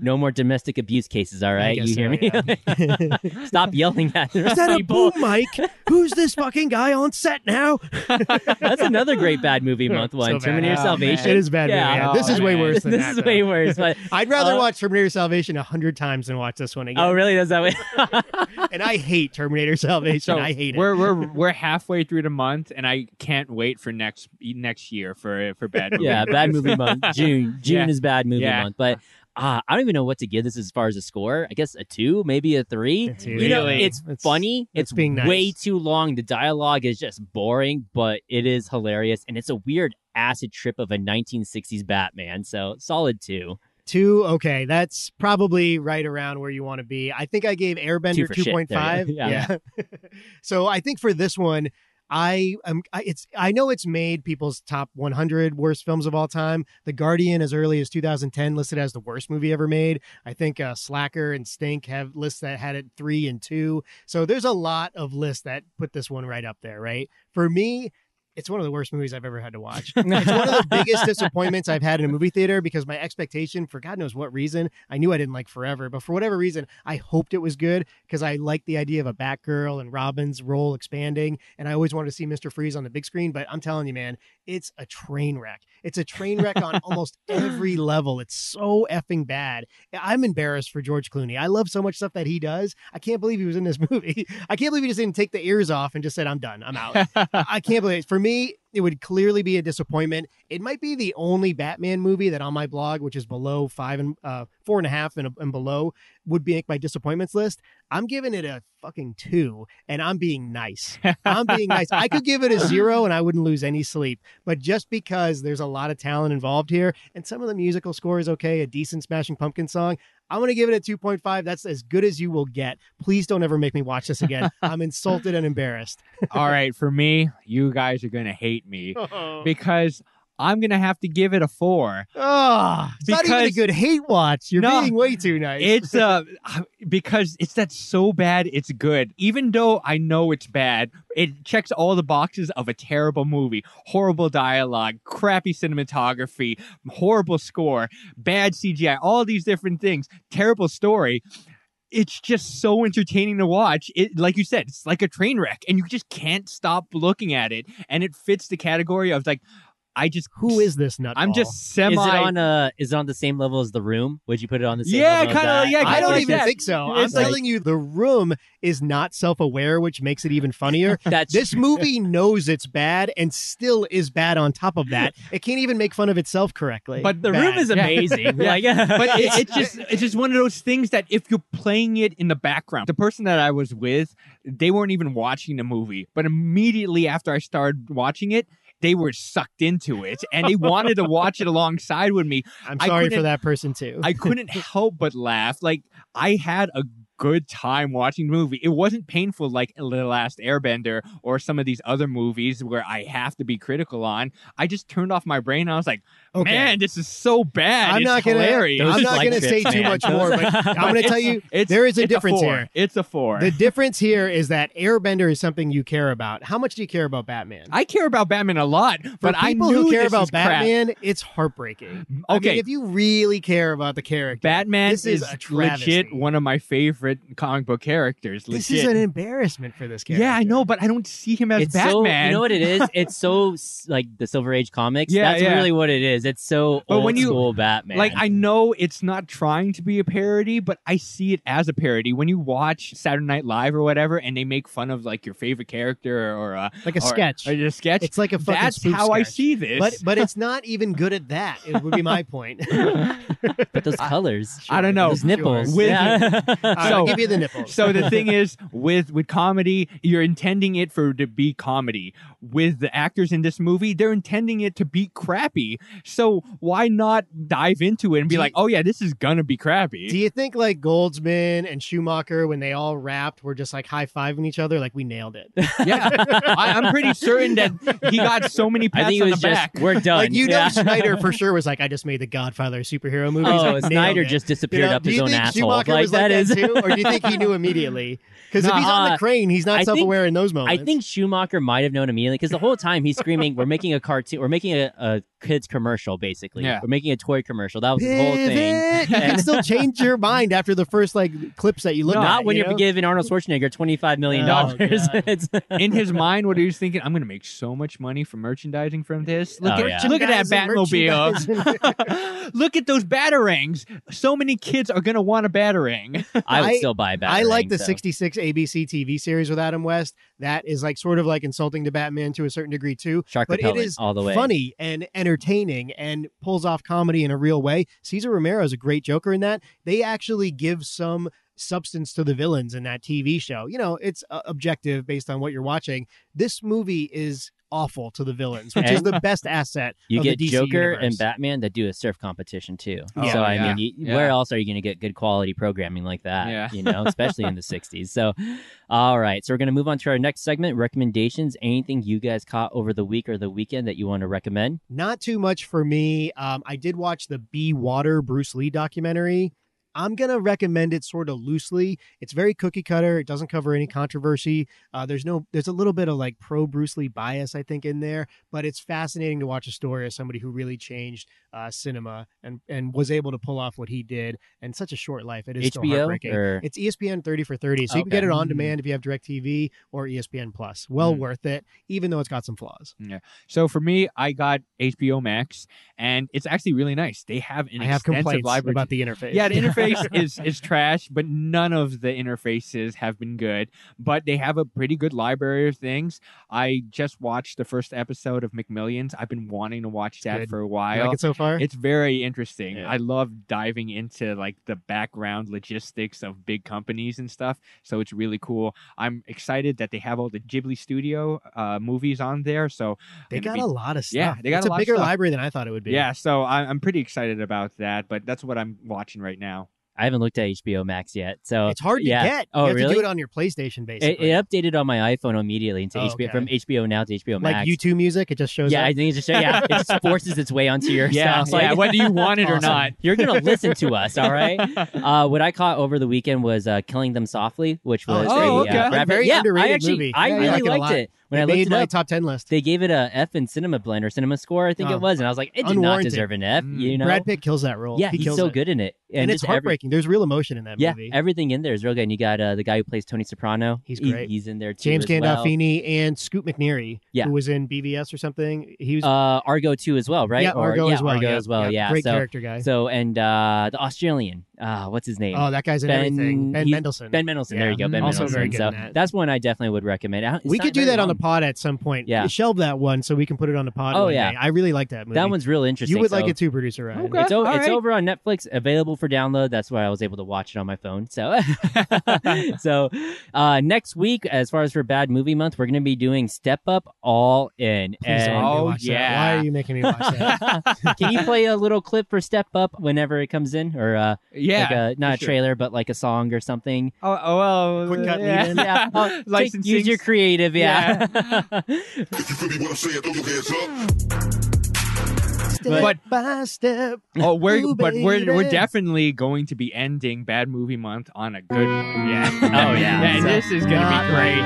Speaker 1: no more domestic abuse cases. All right,
Speaker 2: guess
Speaker 1: you hear
Speaker 2: so,
Speaker 1: me? Stop yelling at
Speaker 2: Is that a
Speaker 1: people.
Speaker 2: boom mic? Who's this fucking guy on set now?
Speaker 1: That's another great bad movie month
Speaker 2: So
Speaker 1: one.
Speaker 2: bad.
Speaker 1: Terminator
Speaker 4: Oh,
Speaker 1: Salvation.
Speaker 2: It is a bad.
Speaker 1: Yeah.
Speaker 2: movie. Yeah, this
Speaker 4: Oh,
Speaker 2: is way
Speaker 4: man.
Speaker 2: worse than
Speaker 1: this
Speaker 2: that.
Speaker 1: is
Speaker 2: though.
Speaker 1: way worse. But
Speaker 2: I'd rather
Speaker 1: Uh,
Speaker 2: watch Terminator Salvation a hundred times than watch this one again.
Speaker 1: oh, really? That's that way.
Speaker 2: and I hate Terminator Salvation.
Speaker 4: So
Speaker 2: I hate it.
Speaker 4: we're we're we're halfway through the month, and I can't wait for next next year for for bad. Movie.
Speaker 1: yeah, bad movie month. June. June
Speaker 4: Yeah.
Speaker 1: is bad movie
Speaker 4: Yeah.
Speaker 1: month. But uh, I don't even know what to give this as far as a score. I guess a two, maybe a three.
Speaker 2: A two,
Speaker 1: You know,
Speaker 4: yeah.
Speaker 1: it's,
Speaker 2: That's-
Speaker 1: funny.
Speaker 2: that's
Speaker 1: It's
Speaker 2: being nice.
Speaker 1: way too long. The dialogue is just boring, but it is hilarious, and it's a weird acid trip of a 1960s Batman. So solid two.
Speaker 2: Two, okay, that's probably right around where you want to be. I think I gave
Speaker 1: Two
Speaker 2: Airbender
Speaker 1: for
Speaker 2: two
Speaker 1: shit. There you
Speaker 2: point
Speaker 1: go.
Speaker 2: five.
Speaker 1: Yeah.
Speaker 2: so I think for this one, I am. I, it's I know it's made people's top 100 worst films of all time. The Guardian, as early as 2010, listed as the worst movie ever made. I think uh, Slacker and Stink have lists that had it three and two. So there's a lot of lists that put this one right up there. Right for me, it's one of the worst movies I've ever had to watch. It's one of the biggest disappointments I've had in a movie theater because my expectation, for God knows what reason, I knew I didn't like Forever, but for whatever reason, I hoped it was good because I liked the idea of a Batgirl and Robin's role expanding, and I always wanted to see Mister Freeze on the big screen. But I'm telling you, man, it's a train wreck. It's a train wreck on almost every level. It's so effing bad. I'm embarrassed for George Clooney. I love so much stuff that he does. I can't believe he was in this movie. I can't believe he just didn't take the ears off and just said, "I'm done. I'm out." I can't believe it. For me, it would clearly be a disappointment. It might be the only Batman movie that on my blog, which is below five and uh, four and a half and, and below, would be my disappointments list. I'm giving it a fucking two, and I'm being nice. I'm being nice. I could give it a zero, and I wouldn't lose any sleep. But just because there's a lot of talent involved here, and some of the musical score is okay, a decent Smashing Pumpkin song. I'm going to give it a 2.5. That's as good as you will get. Please don't ever make me watch this again. I'm insulted and embarrassed.
Speaker 4: All right, for me, you guys are gonna hate me
Speaker 2: Oh.
Speaker 4: because I'm gonna have to give it a four.
Speaker 2: Oh, it's not even a
Speaker 4: Because-
Speaker 2: good hate watch. You're
Speaker 4: No.
Speaker 2: being way too nice.
Speaker 4: It's uh because it's that so bad it's good. Even though I know it's bad, it checks all the boxes of a terrible movie. Horrible dialogue, crappy cinematography, horrible score, bad CGI, all these different things, terrible story. It's just so entertaining to watch. It like you said, it's like a train wreck and you just can't stop looking at it and it fits the category of like I just
Speaker 2: Who is this nut?
Speaker 4: I'm just semi
Speaker 1: Is it on uh is it on the same level as the room? Would you put it on the same
Speaker 4: Yeah,
Speaker 1: level? as
Speaker 4: kinda,
Speaker 1: that?
Speaker 4: yeah,
Speaker 2: I don't
Speaker 4: like
Speaker 2: even
Speaker 4: that.
Speaker 2: think so. I'm
Speaker 4: It's like-
Speaker 2: telling you, the room is not self-aware, which makes it even funnier.
Speaker 1: That's
Speaker 2: This movie knows it's bad and still is bad on top of that. It can't even make fun of itself correctly.
Speaker 4: But
Speaker 1: the
Speaker 2: Bad.
Speaker 1: room is
Speaker 4: Yeah.
Speaker 1: amazing.
Speaker 4: Yeah.
Speaker 1: Like
Speaker 4: but it, it's just it's just one of those things that if you're playing it in the background, the person that I was with, they weren't even watching the movie, but immediately after I started watching it, they were sucked into it and they wanted to watch it alongside with me.
Speaker 2: I'm
Speaker 4: I
Speaker 2: sorry for
Speaker 4: couldn't-
Speaker 2: that person too.
Speaker 4: I couldn't help but laugh. Like I had a good time watching the movie. It wasn't painful like The Last Airbender or some of these other movies where I have to be critical on. I just turned off my brain. And I was like,
Speaker 2: Okay.
Speaker 4: man, this is so bad.
Speaker 2: I'm
Speaker 4: It's
Speaker 2: not gonna.
Speaker 4: hilarious.
Speaker 2: I'm
Speaker 1: Those
Speaker 2: not
Speaker 1: flight
Speaker 2: gonna say
Speaker 1: trips,
Speaker 2: too
Speaker 1: man.
Speaker 2: much more. But I'm gonna
Speaker 4: It's-
Speaker 2: tell you,
Speaker 4: it's,
Speaker 2: there is a
Speaker 4: it's
Speaker 2: difference
Speaker 4: four.
Speaker 2: here.
Speaker 4: It's a four.
Speaker 2: The difference here is that Airbender is something you care about. How much do you care about Batman?
Speaker 4: I care about Batman a lot,
Speaker 2: For
Speaker 4: but I
Speaker 2: people
Speaker 4: knew
Speaker 2: who care
Speaker 4: this
Speaker 2: about
Speaker 4: is crap.
Speaker 2: Batman, it's heartbreaking. I mean,
Speaker 4: Okay,
Speaker 2: if you really care about the character,
Speaker 4: Batman
Speaker 2: this is a travesty.
Speaker 4: legit one of my favorite comic book characters.
Speaker 2: this
Speaker 4: legit.
Speaker 2: is an embarrassment for this character.
Speaker 4: yeah, I know, but I don't see him as
Speaker 1: it's
Speaker 4: Batman.
Speaker 1: so you know what it is? It's so s- like the Silver Age comics.
Speaker 4: Yeah,
Speaker 1: That's
Speaker 4: yeah.
Speaker 1: really what it is. It's so
Speaker 4: But
Speaker 1: old
Speaker 4: when you-
Speaker 1: school Batman.
Speaker 4: Like I know it's not trying to be a parody, but I see it as a parody. When you watch Saturday Night Live or whatever, and they make fun of like your favorite character or uh,
Speaker 2: Like a
Speaker 4: or-
Speaker 2: sketch.
Speaker 4: or a sketch,
Speaker 2: It's like a fucking
Speaker 4: that's
Speaker 2: spoof
Speaker 4: how I
Speaker 2: sketch.
Speaker 4: see this.
Speaker 2: But but it's not even good at that. It would be my point.
Speaker 1: but those colors.
Speaker 4: I don't know.
Speaker 1: Those nipples.
Speaker 4: Sure. With-
Speaker 1: yeah.
Speaker 2: I'll
Speaker 4: So-
Speaker 2: give you the nipples.
Speaker 4: so the thing is with with comedy you're intending it for to be comedy with the actors in this movie they're intending it to be crappy so why not dive into it and be like oh yeah this is gonna be crappy
Speaker 2: do you think like Goldsman and Schumacher, when they all rapped, were just like high fiving each other, like we nailed it?
Speaker 4: yeah I, i'm pretty certain that he got so many
Speaker 1: I
Speaker 4: pats
Speaker 1: think it
Speaker 4: on the
Speaker 1: was just
Speaker 4: back
Speaker 1: we're done.
Speaker 2: Like you know,
Speaker 1: yeah.
Speaker 2: Snyder for sure was like, I just made the Godfather of superhero movies. I
Speaker 1: Oh,
Speaker 2: nailed
Speaker 1: Snyder
Speaker 2: it."
Speaker 1: just
Speaker 2: You
Speaker 1: disappeared
Speaker 2: know,
Speaker 1: up
Speaker 2: do
Speaker 1: his
Speaker 2: you
Speaker 1: own
Speaker 2: think
Speaker 1: asshole.
Speaker 2: Schumacher
Speaker 1: like
Speaker 2: was like
Speaker 1: that is.
Speaker 2: too, or do you think he knew immediately? Because if
Speaker 1: Nah,
Speaker 2: he's on the
Speaker 1: uh,
Speaker 2: crane, he's
Speaker 1: I
Speaker 2: not
Speaker 1: think-
Speaker 2: self-aware in those moments.
Speaker 1: I think Schumacher might have known immediately because the whole time he's screaming, "We're making a cartoon. We're making a, a kids commercial, basically.
Speaker 4: Yeah.
Speaker 1: We're making a toy commercial." That was the whole thing.
Speaker 2: Pivot! You can still change your mind after the first like clips that you look at.
Speaker 1: Not when
Speaker 2: you
Speaker 1: you're
Speaker 2: know?
Speaker 1: giving Arnold Schwarzenegger twenty five million
Speaker 2: Oh,
Speaker 1: dollars.
Speaker 2: God.
Speaker 1: It's-
Speaker 4: in his mind what he was thinking i'm gonna make so much money from merchandising from this look,
Speaker 1: Oh,
Speaker 4: at,
Speaker 1: yeah.
Speaker 4: look at that
Speaker 2: Merchandise,
Speaker 4: batmobile look at those batarangs so many kids are gonna want a batarang
Speaker 1: I would
Speaker 2: I-
Speaker 1: still buy Batman.
Speaker 2: I like the
Speaker 1: so.
Speaker 2: 66 ABC TV series with Adam West. That is like sort of like insulting to Batman to a certain degree too,
Speaker 1: shark
Speaker 2: but it
Speaker 1: repellent
Speaker 2: is
Speaker 1: all the way.
Speaker 2: funny and entertaining and pulls off comedy in a real way. Caesar Romero is a great Joker in that. They actually give some substance to the villains in that TV show. You know, it's uh, objective based on what you're watching. This movie is awful to the villains, which is
Speaker 1: And
Speaker 2: the best asset.
Speaker 1: You
Speaker 2: of Oh, the
Speaker 1: get
Speaker 2: DC
Speaker 1: Joker and
Speaker 2: universe.
Speaker 1: Batman that do a surf competition too.
Speaker 4: Yeah.
Speaker 1: so I
Speaker 4: Oh, Yeah.
Speaker 1: mean, you,
Speaker 4: Yeah.
Speaker 1: where else are you going to get good quality programming like that?
Speaker 4: Yeah.
Speaker 1: You know, especially in the '60s. So, all right, so we're going to move on to our next segment: recommendations. Anything you guys caught over the week or the weekend that you want to recommend?
Speaker 2: Not too much for me. Um, I did watch the Be Water Bruce Lee documentary. I'm going to recommend it sort of loosely. It's very cookie cutter. It doesn't cover any controversy. Uh, there's no, there's a little bit of like pro Bruce Lee bias, I think, in there, but it's fascinating to watch a story of somebody who really changed uh, cinema and, and was able to pull off what he did in such a short life. It is still
Speaker 1: HBO
Speaker 2: heartbreaking.
Speaker 1: or
Speaker 2: It's E ESPN 30 for 30. So you can
Speaker 1: Okay. Mm.
Speaker 2: get it on demand if you have DirecTV or E ESPN Plus. Well worth it, even though it's got some flaws.
Speaker 4: So for me, I got HBO Max, and it's actually really nice. They have an
Speaker 2: I have
Speaker 4: extensive
Speaker 2: complaints
Speaker 4: library.
Speaker 2: about the interface.
Speaker 4: yeah, the interface is is trash, but none of the interfaces have been good. But they have a pretty good library of things. I just watched the first episode of McMillions. I've been wanting to watch that
Speaker 2: good.
Speaker 4: for a
Speaker 2: You
Speaker 4: while.
Speaker 2: like it so far?
Speaker 4: It's very interesting.
Speaker 2: Yeah.
Speaker 4: I love diving into like the background logistics of big companies and stuff. So it's really cool. I'm excited that they have all the Ghibli studio uh, movies on there. So
Speaker 2: they
Speaker 4: it'll
Speaker 2: got
Speaker 4: be-
Speaker 2: a lot of stuff.
Speaker 4: Yeah, they got
Speaker 2: it's
Speaker 4: a lot of
Speaker 2: bigger
Speaker 4: stuff.
Speaker 2: library than I thought it would be.
Speaker 4: yeah, so I- I'm pretty excited about that. But that's what I'm watching right now.
Speaker 1: I haven't looked at HBO Max yet, so
Speaker 2: It's hard to
Speaker 1: yeah.
Speaker 2: get.
Speaker 1: Oh,
Speaker 2: you have
Speaker 1: really?
Speaker 2: to do it on your PlayStation,
Speaker 1: it,
Speaker 2: basically.
Speaker 1: it updated on my iPhone immediately into
Speaker 2: Oh,
Speaker 1: HBO
Speaker 2: okay.
Speaker 1: from HBO Now to HBO Max.
Speaker 2: Like U2 music, it just shows
Speaker 1: yeah, I
Speaker 2: up.
Speaker 1: think it's just yeah, it just forces its way onto your
Speaker 4: Yeah,
Speaker 1: stuff.
Speaker 4: yeah.
Speaker 1: Like,
Speaker 4: Whether you want it or
Speaker 2: Awesome.
Speaker 4: not.
Speaker 1: You're gonna listen to us, all right? Uh, what I caught over the weekend was uh, "Killing Them Softly," which
Speaker 2: Oh,
Speaker 1: was
Speaker 4: oh,
Speaker 1: a, uh,
Speaker 4: okay.
Speaker 1: rapper-
Speaker 2: Very
Speaker 1: yeah,
Speaker 2: underrated
Speaker 1: I actually,
Speaker 2: movie.
Speaker 1: I
Speaker 2: Yeah, I
Speaker 1: really
Speaker 2: like it a
Speaker 1: liked
Speaker 2: lot.
Speaker 1: it when
Speaker 2: It
Speaker 1: I
Speaker 2: made
Speaker 1: looked it
Speaker 2: my
Speaker 1: up.
Speaker 2: top 10 list.
Speaker 1: They gave it a F in Cinema Blend or Cinema Score, I think
Speaker 2: Oh.
Speaker 1: it was, and I was like, it did not
Speaker 2: Unwarranted.
Speaker 1: deserve an F.
Speaker 4: Mm.
Speaker 1: You know,
Speaker 2: Brad Pitt kills that role.
Speaker 1: yeah,
Speaker 2: he
Speaker 1: he's
Speaker 2: kills
Speaker 1: so
Speaker 2: it.
Speaker 1: good in it,
Speaker 2: And, it's
Speaker 1: just every-
Speaker 2: heartbreaking. There's real emotion in that
Speaker 1: yeah,
Speaker 2: movie.
Speaker 1: everything in there is real good. And you got uh, the guy who plays Tony Soprano.
Speaker 2: He's
Speaker 1: He-
Speaker 2: great.
Speaker 1: he's in there too.
Speaker 2: James
Speaker 1: as well.
Speaker 2: Gandolfini and Scoot McNeary,
Speaker 1: Yeah.
Speaker 2: who was in BVS or something. He was
Speaker 1: uh, Argo too as well, right?
Speaker 2: yeah,
Speaker 1: Or-
Speaker 2: Argo
Speaker 1: yeah,
Speaker 2: as well.
Speaker 1: Argo
Speaker 2: yeah,
Speaker 1: as well. Yeah.
Speaker 2: great
Speaker 1: so,
Speaker 2: character guy.
Speaker 1: so and uh, the Australian, uh, what's his name?
Speaker 2: oh, that guy's in
Speaker 1: Ben-
Speaker 2: everything. Ben
Speaker 1: he-
Speaker 2: Mendelsohn.
Speaker 1: ben Mendelsohn. There you
Speaker 4: Yeah.
Speaker 1: go. Ben
Speaker 2: Also
Speaker 1: Mendelsohn.
Speaker 2: very good
Speaker 1: so
Speaker 2: in that.
Speaker 1: that's one I definitely would recommend. I don't- it's
Speaker 2: we
Speaker 1: not
Speaker 2: could do
Speaker 1: very
Speaker 2: that on the
Speaker 1: long.
Speaker 2: pod at some point.
Speaker 1: Yeah.
Speaker 2: shelve that one so we can put it on the pod.
Speaker 1: Oh,
Speaker 2: Oh
Speaker 1: yeah.
Speaker 2: yeah, I really like that movie.
Speaker 1: That one's really interesting.
Speaker 2: you would
Speaker 1: so
Speaker 2: like it too, producer Ryan.
Speaker 4: Okay.
Speaker 1: It's, o-
Speaker 4: All
Speaker 1: it's
Speaker 4: right.
Speaker 1: over on Netflix, available for download. That's why I was able to watch it on my phone. So, so uh, next week, as far as for Bad Movie Month, we're going to be doing Step Up All In.
Speaker 2: Please don't
Speaker 1: And-
Speaker 2: make me
Speaker 4: Oh,
Speaker 2: watch that.
Speaker 4: yeah.
Speaker 2: Why are you making me watch that?
Speaker 1: Can you play a little clip for Step Up whenever it comes in, or uh,
Speaker 4: Yeah.
Speaker 1: like a not a
Speaker 4: sure.
Speaker 1: trailer, but like a song or something?
Speaker 4: oh, oh, well.
Speaker 2: Quick cut
Speaker 4: yeah.
Speaker 2: lead in.
Speaker 1: Yeah, oh, take-
Speaker 4: Licensing.
Speaker 1: use your creative. Yeah,
Speaker 6: You feel me when I say it? Throw your hands up.
Speaker 2: step
Speaker 4: But-
Speaker 2: by step.
Speaker 4: Oh, we're
Speaker 2: Ooh,
Speaker 4: but we're we're
Speaker 2: baby.
Speaker 4: definitely going going to be ending Bad Movie Month on a good one. Yeah.
Speaker 1: Oh, yeah.
Speaker 4: yeah
Speaker 1: So-
Speaker 4: this is gonna
Speaker 2: Not
Speaker 4: be great.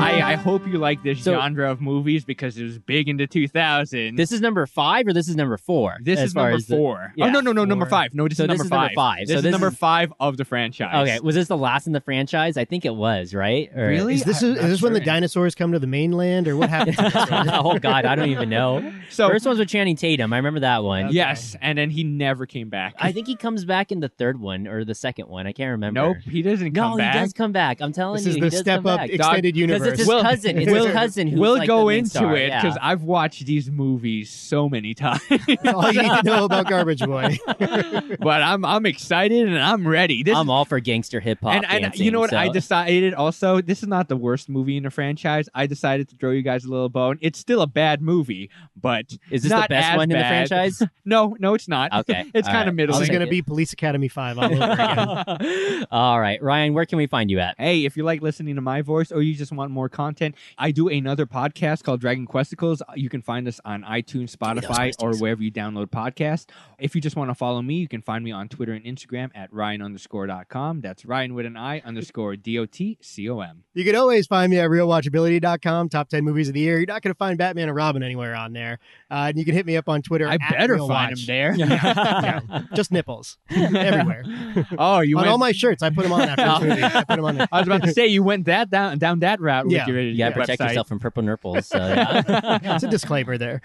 Speaker 4: I, I hope you like this
Speaker 1: So-
Speaker 4: genre of movies because it was big into 2000.
Speaker 1: this is number five, or this is number four.
Speaker 4: This
Speaker 1: as
Speaker 4: is
Speaker 1: far
Speaker 4: number
Speaker 1: as the-
Speaker 4: four.
Speaker 1: yeah,
Speaker 4: oh no no no number
Speaker 2: four.
Speaker 4: five. No, this
Speaker 1: So
Speaker 4: is
Speaker 1: this
Speaker 4: number
Speaker 1: is number
Speaker 4: five.
Speaker 1: five.
Speaker 4: This
Speaker 1: So
Speaker 4: is
Speaker 1: this
Speaker 4: number
Speaker 1: is-
Speaker 4: five of the franchise.
Speaker 1: Okay, was this the last in the franchise? I think it was, right? Or-
Speaker 4: Really?
Speaker 2: Is this
Speaker 4: I'm
Speaker 2: is
Speaker 4: not
Speaker 2: this when the
Speaker 4: sure.
Speaker 2: dinosaurs come to the mainland, or what happens? in this one?
Speaker 1: oh God, I don't even know.
Speaker 4: So
Speaker 1: First one's with Channing Tatum. I remember that one.
Speaker 2: Okay.
Speaker 4: yes, and then he never came back.
Speaker 1: I think he comes back in the third one or the second one. I can't remember.
Speaker 4: nope, he doesn't
Speaker 1: No,
Speaker 4: come
Speaker 1: he
Speaker 4: back.
Speaker 1: does come back. I'm telling
Speaker 2: This
Speaker 1: you,
Speaker 2: is
Speaker 1: he
Speaker 2: the
Speaker 1: does
Speaker 2: step
Speaker 1: come
Speaker 2: up
Speaker 1: back.
Speaker 2: extended
Speaker 1: Because
Speaker 2: universe.
Speaker 1: it's his
Speaker 4: We'll-
Speaker 1: cousin. It's
Speaker 4: we'll-
Speaker 1: his cousin who's
Speaker 4: we'll
Speaker 1: like
Speaker 4: go
Speaker 1: the main
Speaker 4: into
Speaker 1: star.
Speaker 4: it
Speaker 1: yeah.
Speaker 4: because I've watched these movies so many times.
Speaker 2: That's all you need to know about Garbage Boy.
Speaker 4: but I'm I'm excited and I'm ready. This
Speaker 1: I'm all for gangster hip hop.
Speaker 4: and, and you know what? I decided also this is not the worst movie in the franchise. I decided to throw you guys a little bone. It's still a bad movie, but
Speaker 1: is this the
Speaker 4: not
Speaker 1: best
Speaker 4: as
Speaker 1: one in the
Speaker 4: bad.
Speaker 1: franchise?
Speaker 4: No, no, it's not.
Speaker 1: Okay,
Speaker 4: it's
Speaker 1: all
Speaker 4: kind
Speaker 1: right.
Speaker 4: of
Speaker 2: This
Speaker 4: middling.
Speaker 2: is
Speaker 1: take
Speaker 2: going to
Speaker 1: it.
Speaker 2: be Police Academy Five all over again.
Speaker 1: all right, Ryan, where can we find you at?
Speaker 4: Hey, if you like listening to my voice or you just want more content, I do another podcast called Dragon Questicles. You can find us on iTunes, Spotify, or wherever you download podcasts. If you just want to follow me, you can find me on Twitter and Instagram at Ryan underscore dot com. That's Ryan with an I underscore D O T C O M.
Speaker 2: You can always find me at realwatchability.com, top 10 movies of the year. You're not going to find Batman and Robin anywhere on there. Uh, and you can hit me up on Twitter.
Speaker 4: I
Speaker 2: at
Speaker 4: better
Speaker 2: Real
Speaker 4: find
Speaker 2: Watch.
Speaker 4: him there.
Speaker 2: Yeah, just nipples everywhere.
Speaker 4: Oh, you
Speaker 2: on
Speaker 4: went.
Speaker 2: all my shirts, I put them on after this movie. I put 'em on there.
Speaker 4: I was about to say you went that down down that route.
Speaker 2: Yeah.
Speaker 4: with your,
Speaker 1: You gotta
Speaker 4: your
Speaker 1: protect
Speaker 4: website.
Speaker 1: yourself from purple nurples. So, yeah.
Speaker 2: It's a disclaimer there.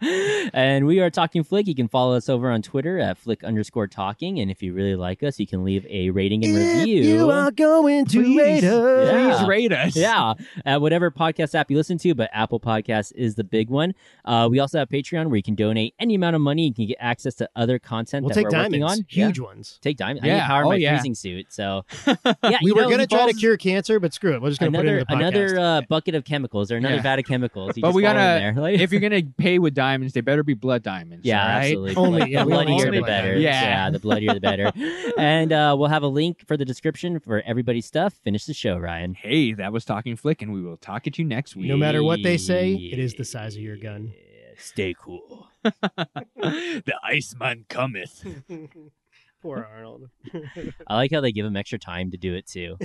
Speaker 1: and we are talking flick. You can follow us over on Twitter at flick underscore talking. And if you really like us, you can leave a rating and review.
Speaker 2: If you are going to
Speaker 4: Please,
Speaker 2: rate us.
Speaker 1: Yeah.
Speaker 4: please rate us.
Speaker 1: yeah, at whatever podcast app you listen to, but Apple Podcasts is the big one. Uh, we also have Patreon where you can donate any amount of money. You can get access to other content
Speaker 2: We'll
Speaker 1: that
Speaker 2: take
Speaker 1: we're working
Speaker 2: diamonds.
Speaker 1: on.
Speaker 2: Huge
Speaker 1: Yeah.
Speaker 2: ones.
Speaker 1: Take diamonds. I need
Speaker 4: Yeah.
Speaker 1: power in
Speaker 4: Oh,
Speaker 1: my
Speaker 4: yeah.
Speaker 1: freezing suit. So, yeah,
Speaker 2: We
Speaker 1: you
Speaker 2: were
Speaker 1: know,
Speaker 2: going to try to
Speaker 1: involves
Speaker 2: cure cancer, but screw it. We're just going to put it in
Speaker 1: Another
Speaker 2: the podcast.
Speaker 1: another uh, bucket of chemicals or another
Speaker 4: Yeah.
Speaker 1: vat of chemicals. You
Speaker 4: But
Speaker 1: just
Speaker 4: we
Speaker 1: fall in
Speaker 4: gotta-
Speaker 1: there. Like-
Speaker 4: If you're gonna pay with diamonds, they better be blood diamonds.
Speaker 1: Yeah,
Speaker 4: all right?
Speaker 1: absolutely.
Speaker 2: Only-
Speaker 1: Like,
Speaker 2: yeah,
Speaker 1: the
Speaker 2: we only
Speaker 1: bloodier
Speaker 2: only
Speaker 1: the
Speaker 2: like
Speaker 1: better.
Speaker 4: that. Yeah.
Speaker 1: the bloodier the better. and uh, we'll have a link for the description for everybody's stuff. Finish the show, Ryan.
Speaker 4: Hey, that was Talking Flick, and we will talk at you next week.
Speaker 2: No matter what they say, it is the size of your gun.
Speaker 1: Stay cool. uh,
Speaker 4: the Iceman cometh.
Speaker 2: Poor Arnold.
Speaker 1: I like how they give him extra time to do it too.